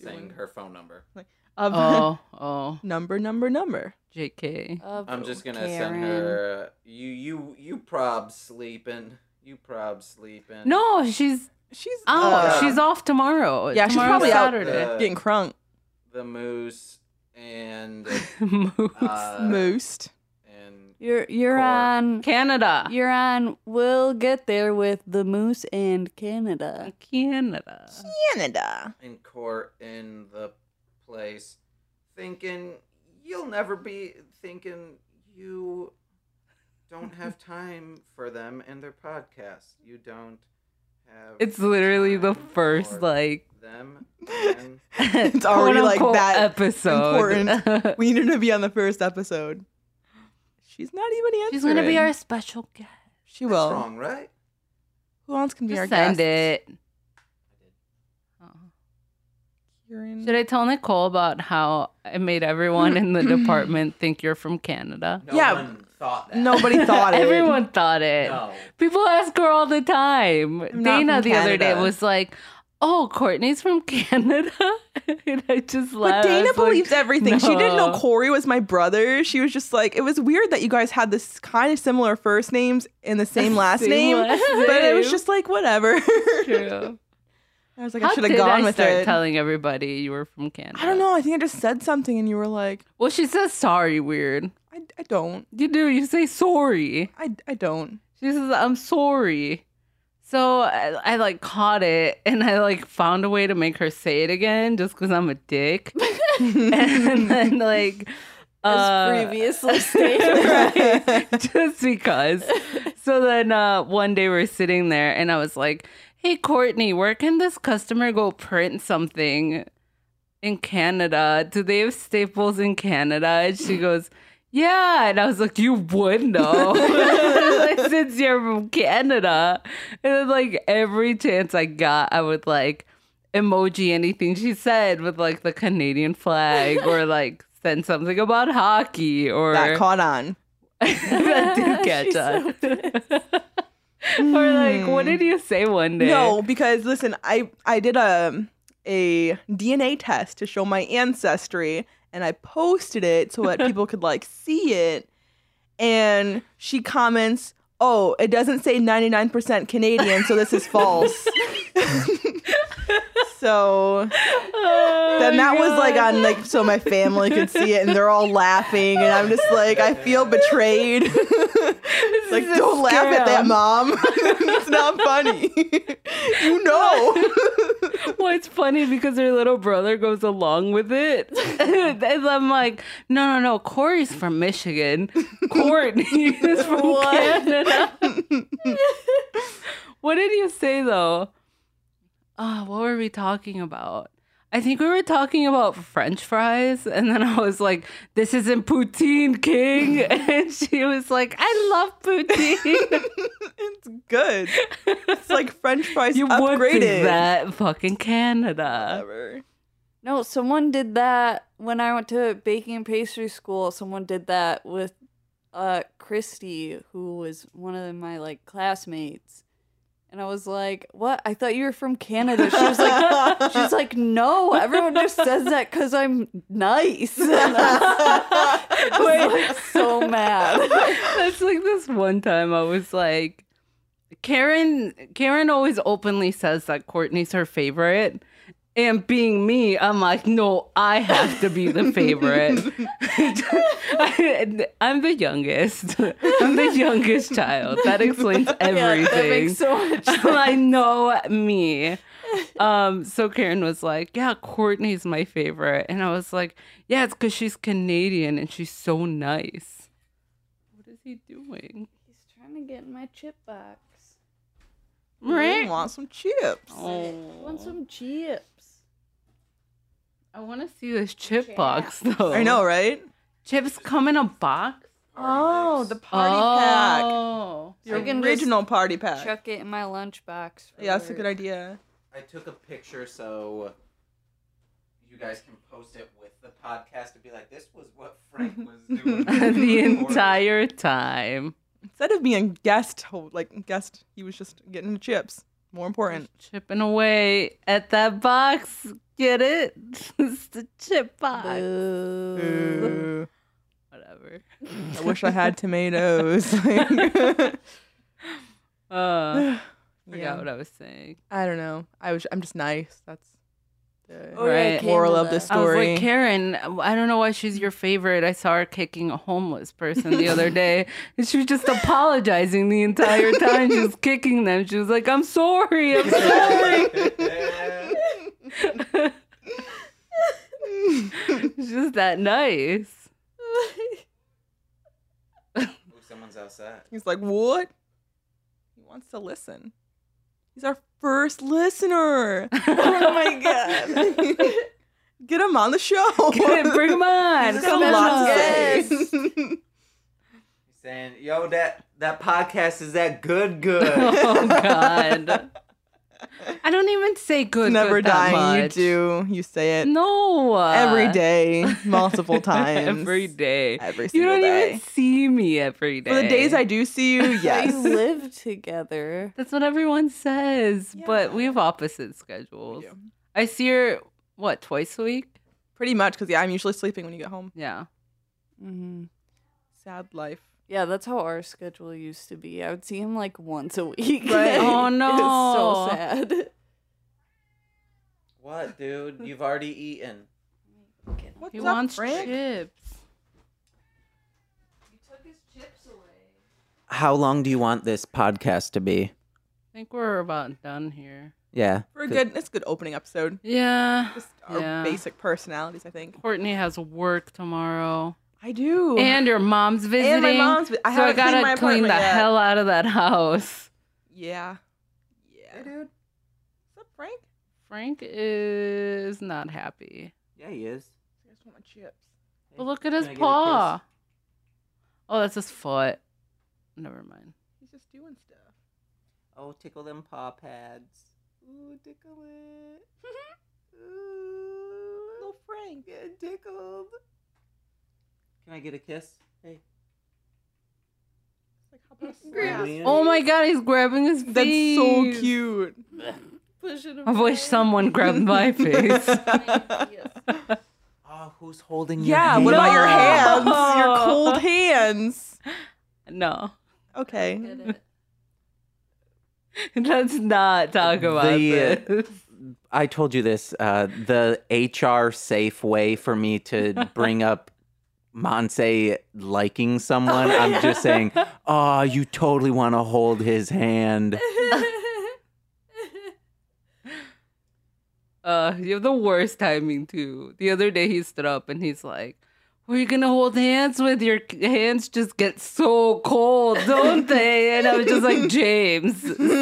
S1: saying
S3: Doing-
S1: her phone number.
S3: Of
S2: (laughs) oh, oh,
S3: (laughs) number, number, number.
S2: J.K.
S4: Of
S1: I'm just gonna
S4: Karen.
S1: send her. uh, You, you, you prob sleeping. You prob sleeping.
S2: No, she's
S3: She's
S2: out.
S1: Uh,
S2: Oh, she's off tomorrow.
S3: Yeah, she's
S2: Tomorrow's
S3: probably out.
S2: Saturday.
S1: Uh,
S3: getting crunk,
S1: the moose and
S2: (laughs) Moose.
S1: uh,
S3: moosed.
S1: and
S4: You're you're
S1: Core.
S4: on.
S2: Canada.
S4: You're on. We'll get there with the moose and Canada.
S2: Canada.
S3: Canada.
S1: and core in the place, thinking you'll never be thinking you don't
S2: (laughs)
S1: have time for them and their podcast. You don't have.
S2: It's literally the
S1: time for
S2: first like (laughs)
S1: them. And
S3: (laughs) It's already like
S2: quote-unquote
S3: that.
S2: episode. (laughs)
S3: important. (laughs) we need her to be on the first episode. She's not even answering.
S2: she's gonna be our special guest.
S3: She
S1: that's
S3: will.
S1: wrong, right?
S3: Who else can be
S2: Just
S3: our
S2: send
S3: guest? Uh-huh.
S2: it.
S3: Kieran.
S2: Should I tell Nicole about how I made everyone in
S3: (laughs)
S2: the department think you're from Canada?
S1: No
S3: Yeah.
S1: one thought that. (laughs)
S3: Nobody
S2: (laughs)
S3: thought it.
S2: Everyone thought it.
S1: No.
S2: People ask her all the time.
S3: I'm not
S2: Dana
S3: from
S2: the other day
S3: Canada.
S2: was like, "Oh, Courtney's from Canada," (laughs) and I just
S3: But
S2: laughed. I
S3: Dana
S2: was like,
S3: believes everything. She didn't know
S2: "No."
S3: Corey was my brother. She was just like, it was weird that you guys had this kind of similar first names and the same last
S2: (laughs) Same
S3: name.
S2: last
S3: But it was
S2: name.
S3: just like, whatever. I
S2: (laughs) True.
S3: was like, (laughs)
S2: How
S3: I should have
S2: did
S3: gone
S2: I
S3: with
S2: start
S3: it.
S2: telling everybody you were from Canada?
S3: I don't know. I think I just said something and you were like,
S2: Well, she says sorry weird.
S3: I, I don't.
S2: You do. You say sorry.
S3: I, I
S2: (laughs)
S3: don't.
S2: She says I'm sorry. So I, I like caught it and I like found a way to make her say it again just because I'm a dick. and then like uh, (laughs)
S4: As (laughs) previously stated.
S2: right? just because. So then uh, one day we're sitting there and I was like, hey, Courtney, where can this customer go print something in Canada? Do they have staples in Canada? And she goes, yeah. And I was like, you would know. (laughs) Like, Since you're from Canada. And then, like, every chance I got, I would like, emoji anything she said with like the Canadian flag or like send something about hockey or
S3: That caught on.
S2: (laughs)
S3: (laughs)
S2: that did catch
S4: (laughs) She's
S2: on. or
S3: Mm.
S2: like, what did you say one day?
S3: No, because listen, I I did a a DNA test to show my ancestry, and I posted it so that people could like see it. And she comments, "Oh, it doesn't say 99% Canadian, so this is false." (laughs) so
S2: Oh
S3: then that was like on like so my family could see it, and they're all laughing, and I'm just like, I feel
S2: (laughs)
S3: betrayed. Like,
S2: is a
S3: don't laugh at that,
S2: scam.
S3: mom. (laughs) it's not funny. you know. (laughs)
S2: Well, it's funny because her little brother goes along with it. (laughs) and I'm like, no, no, no. Corey's from Michigan. Courtney (laughs) is from (laughs) Canada. what did you say, though? Ah, what were we talking about? I think we were talking about French fries, and then I was like, "This isn't poutine, King," (laughs) and she was like, "I love poutine."
S3: it's good. It's like French fries
S2: (laughs) you would think
S3: upgraded. (laughs)
S2: that fucking Canada.
S3: Whatever.
S4: No, someone did that when I went to baking and pastry school. Someone did that with uh Christy, who was one of my like classmates. And I was like, "What? I thought you were from Canada." She was like, (laughs) "She's like, no, everyone just says that because I'm nice." (laughs) And I was, (laughs) I was, like, so mad. (laughs)
S2: That's like this one time I was like, Karen. Karen always openly says that Courtney's her favorite, and being me, I'm like, no, I have to be the favorite. (laughs) I, am the youngest. I'm the youngest child. That explains everything.
S4: Yeah, that makes so much.
S2: (laughs) I know me. Um, so Karen was like, Yeah, Courtney's my favorite. And I was like, Yeah, it's because she's Canadian and she's so nice. What is he doing?
S4: He's trying to get in my chip box.
S3: You
S2: Right?
S3: want some chips.
S4: Want
S3: Mm.
S4: some chips?
S2: I want to see this chip box though.
S3: I know, right?
S2: Chips come in a box.
S3: Oh, the party pack.
S2: oh.
S3: The
S4: I can just
S3: original party pack.
S4: Chuck it in my lunchbox. for
S3: yeah, that's a good
S4: work.
S3: idea.
S1: I took a picture so you guys can post it with the podcast and be like, "This was what Frank
S2: (laughs)
S1: was doing
S2: (laughs) the
S1: (laughs)
S2: entire time.
S3: Instead of being guest, ho- like guest, he was just getting the chips. More important.
S2: Chipping away at that box. Get it? (laughs) it's the chip box.
S3: Boo.
S2: Whatever.
S3: I wish I had tomatoes. (laughs) Like-
S2: Uh, (sighs) forgot
S3: yeah.
S2: what I was saying.
S3: I don't know. I was. I'm just nice. That's the
S4: Oh, yeah,
S2: Right.
S4: I
S3: moral
S4: came
S3: of
S4: to
S3: this
S4: that.
S2: I was
S3: story.
S2: like, Karen, I don't know why she's your favorite. I saw her kicking a homeless person the
S3: (laughs)
S2: other day, and she was just apologizing the entire time.
S3: (laughs)
S2: She was kicking them. She was like, I'm sorry. I'm sorry. (laughs) She's just that nice.
S1: Someone's outside.
S3: (laughs) He's like, what? He wants to listen. He's our first listener.
S4: Oh my god.
S2: (laughs)
S3: Get him on the show.
S2: Get it, bring him
S3: (laughs)
S2: on.
S3: He's
S2: Come
S3: got a lot
S2: on.
S3: to
S4: Yes.
S3: say.
S1: He's saying, "Yo, that that podcast is that good,
S2: (laughs)
S1: good."
S2: (laughs) Oh God. I don't even say
S3: (laughs)
S2: good.
S3: Never
S2: good that
S3: dying. You
S2: much.
S3: do. You say it
S2: No. uh, (laughs)
S3: every (laughs) day, multiple times.
S2: every day.
S3: Every
S2: You
S3: single
S2: don't
S3: day.
S2: even see me every day.
S3: For the days I do see (laughs) you,
S4: They
S3: yes.
S4: (laughs) live together.
S2: That's what everyone says, but we
S3: Yeah.
S2: have opposite schedules.
S3: do.
S2: I see her what twice a week?
S3: Pretty much, because yeah, I'm usually sleeping when you get home.
S2: Yeah.
S4: hmm
S3: Sad life.
S4: Yeah, that's how our schedule used to be. I would see him like once a week. (laughs)
S3: Right. Oh,
S2: no.
S4: it's so sad.
S1: what, dude? You've already eaten.
S3: What's
S2: He
S3: up,
S2: wants
S3: Frank?
S2: chips.
S1: How long do you want this podcast to be?
S2: I think we're about done here.
S1: Yeah,
S3: We're good. It's a good opening episode.
S2: Yeah.
S3: Just our
S2: Yeah.
S3: basic personalities, I think.
S2: Courtney has work tomorrow.
S3: I do.
S2: And your mom's visiting.
S3: And my mom's. I
S2: so I
S3: haven't cleaned my
S2: gotta clean
S3: apartment
S2: the
S3: yet.
S2: hell out of that house.
S3: Yeah. Yeah.
S1: dude.
S3: What's up, Frank?
S2: Frank is not happy.
S1: Yeah, he is.
S3: I just want my chips.
S2: But look at his
S1: Can I get a kiss?
S2: paw. Oh, that's his foot. Never mind.
S3: He's just doing stuff.
S1: Oh, tickle them paw pads. Ooh, tickle (laughs) it. Ooh,
S3: Little Frank.
S1: get tickled. Can I get a kiss? Hey.
S3: It's like, how
S2: (laughs)
S3: about a
S4: Great.
S3: snack?
S1: Leanne?
S2: Oh my god, he's grabbing his face.
S3: That's so cute.
S4: Pushing him
S2: I wish someone grabbed (laughs) my face.
S3: (laughs)
S1: Oh, who's holding your
S3: yeah.
S1: hand?
S3: What about your
S2: No.
S3: hands? Your
S2: (laughs)
S3: cold hands.
S2: no.
S3: Okay.
S2: Let's not talk about
S1: The-
S2: this.
S1: (laughs) I told you this. Uh, the HR safe way for me
S3: (laughs)
S1: to bring up Monse liking
S3: (laughs)
S1: someone. I'm just saying, oh, you totally want to hold his
S3: (laughs)
S1: hand.
S2: Uh, you have the worst timing too. The other day he stood up and he's like, "Were you gonna hold hands with your c- hands? Just get so cold, don't they?" And I was just (laughs) like, "James,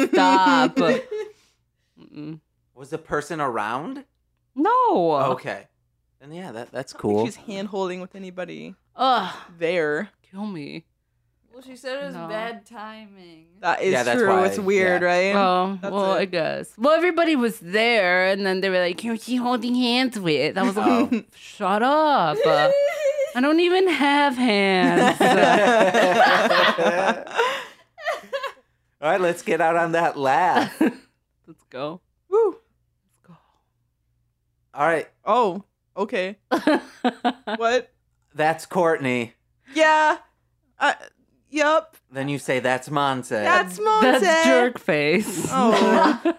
S2: (laughs) stop." Mm-mm.
S1: Was the person around?
S2: No.
S1: Okay. And yeah, that that's cool.
S3: Oh. She's hand holding with anybody
S2: Ugh,
S3: there.
S2: kill me.
S4: well, she said it was
S2: No.
S4: bad timing.
S3: That is
S1: Yeah, that's
S3: true.
S1: why,
S3: It's weird,
S1: yeah.
S3: right?
S2: Well,
S3: that's
S2: well,
S3: it.
S2: I guess. Well, everybody was there, and then they were like, "Who's she holding hands with?" I was like,
S3: (laughs)
S1: Oh.
S2: "Shut up!
S3: Oh.
S2: Uh, I don't even have
S3: (laughs)
S2: hands."
S1: (laughs) All right, let's get out on that laugh.
S2: Let's go.
S3: Woo.
S1: All right,
S3: Oh. Okay.
S2: Let's go. (laughs)
S3: What?
S1: that's Courtney.
S3: Yeah. Uh, yep.
S1: Then you say that's Monse.
S3: That's Monse.
S2: That's jerk face.
S3: Oh.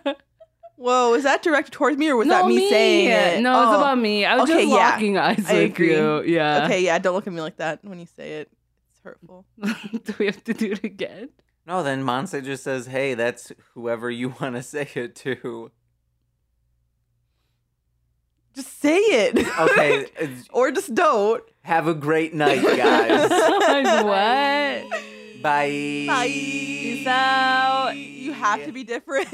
S3: Whoa, is that directed towards me or was that
S2: No,
S3: me, saying it?
S2: No, it's
S3: Oh.
S2: about me. I was
S3: Okay,
S2: just
S3: yeah.
S2: locking eyes
S3: I
S2: with
S3: agree.
S2: you. Yeah.
S3: Okay, yeah, don't look at me like that when you say it. It's hurtful.
S2: (laughs) do we have to do it again?
S1: No, then Monse just says, "Hey, that's whoever you (laughs) want to say it to."
S3: Just say it.
S1: Okay, it's-
S3: (laughs) or just don't.
S1: have a great night, guys.
S2: (laughs) Like, what?
S1: Bye.
S3: Bye.
S2: Peace out.
S3: (laughs) You have to be different.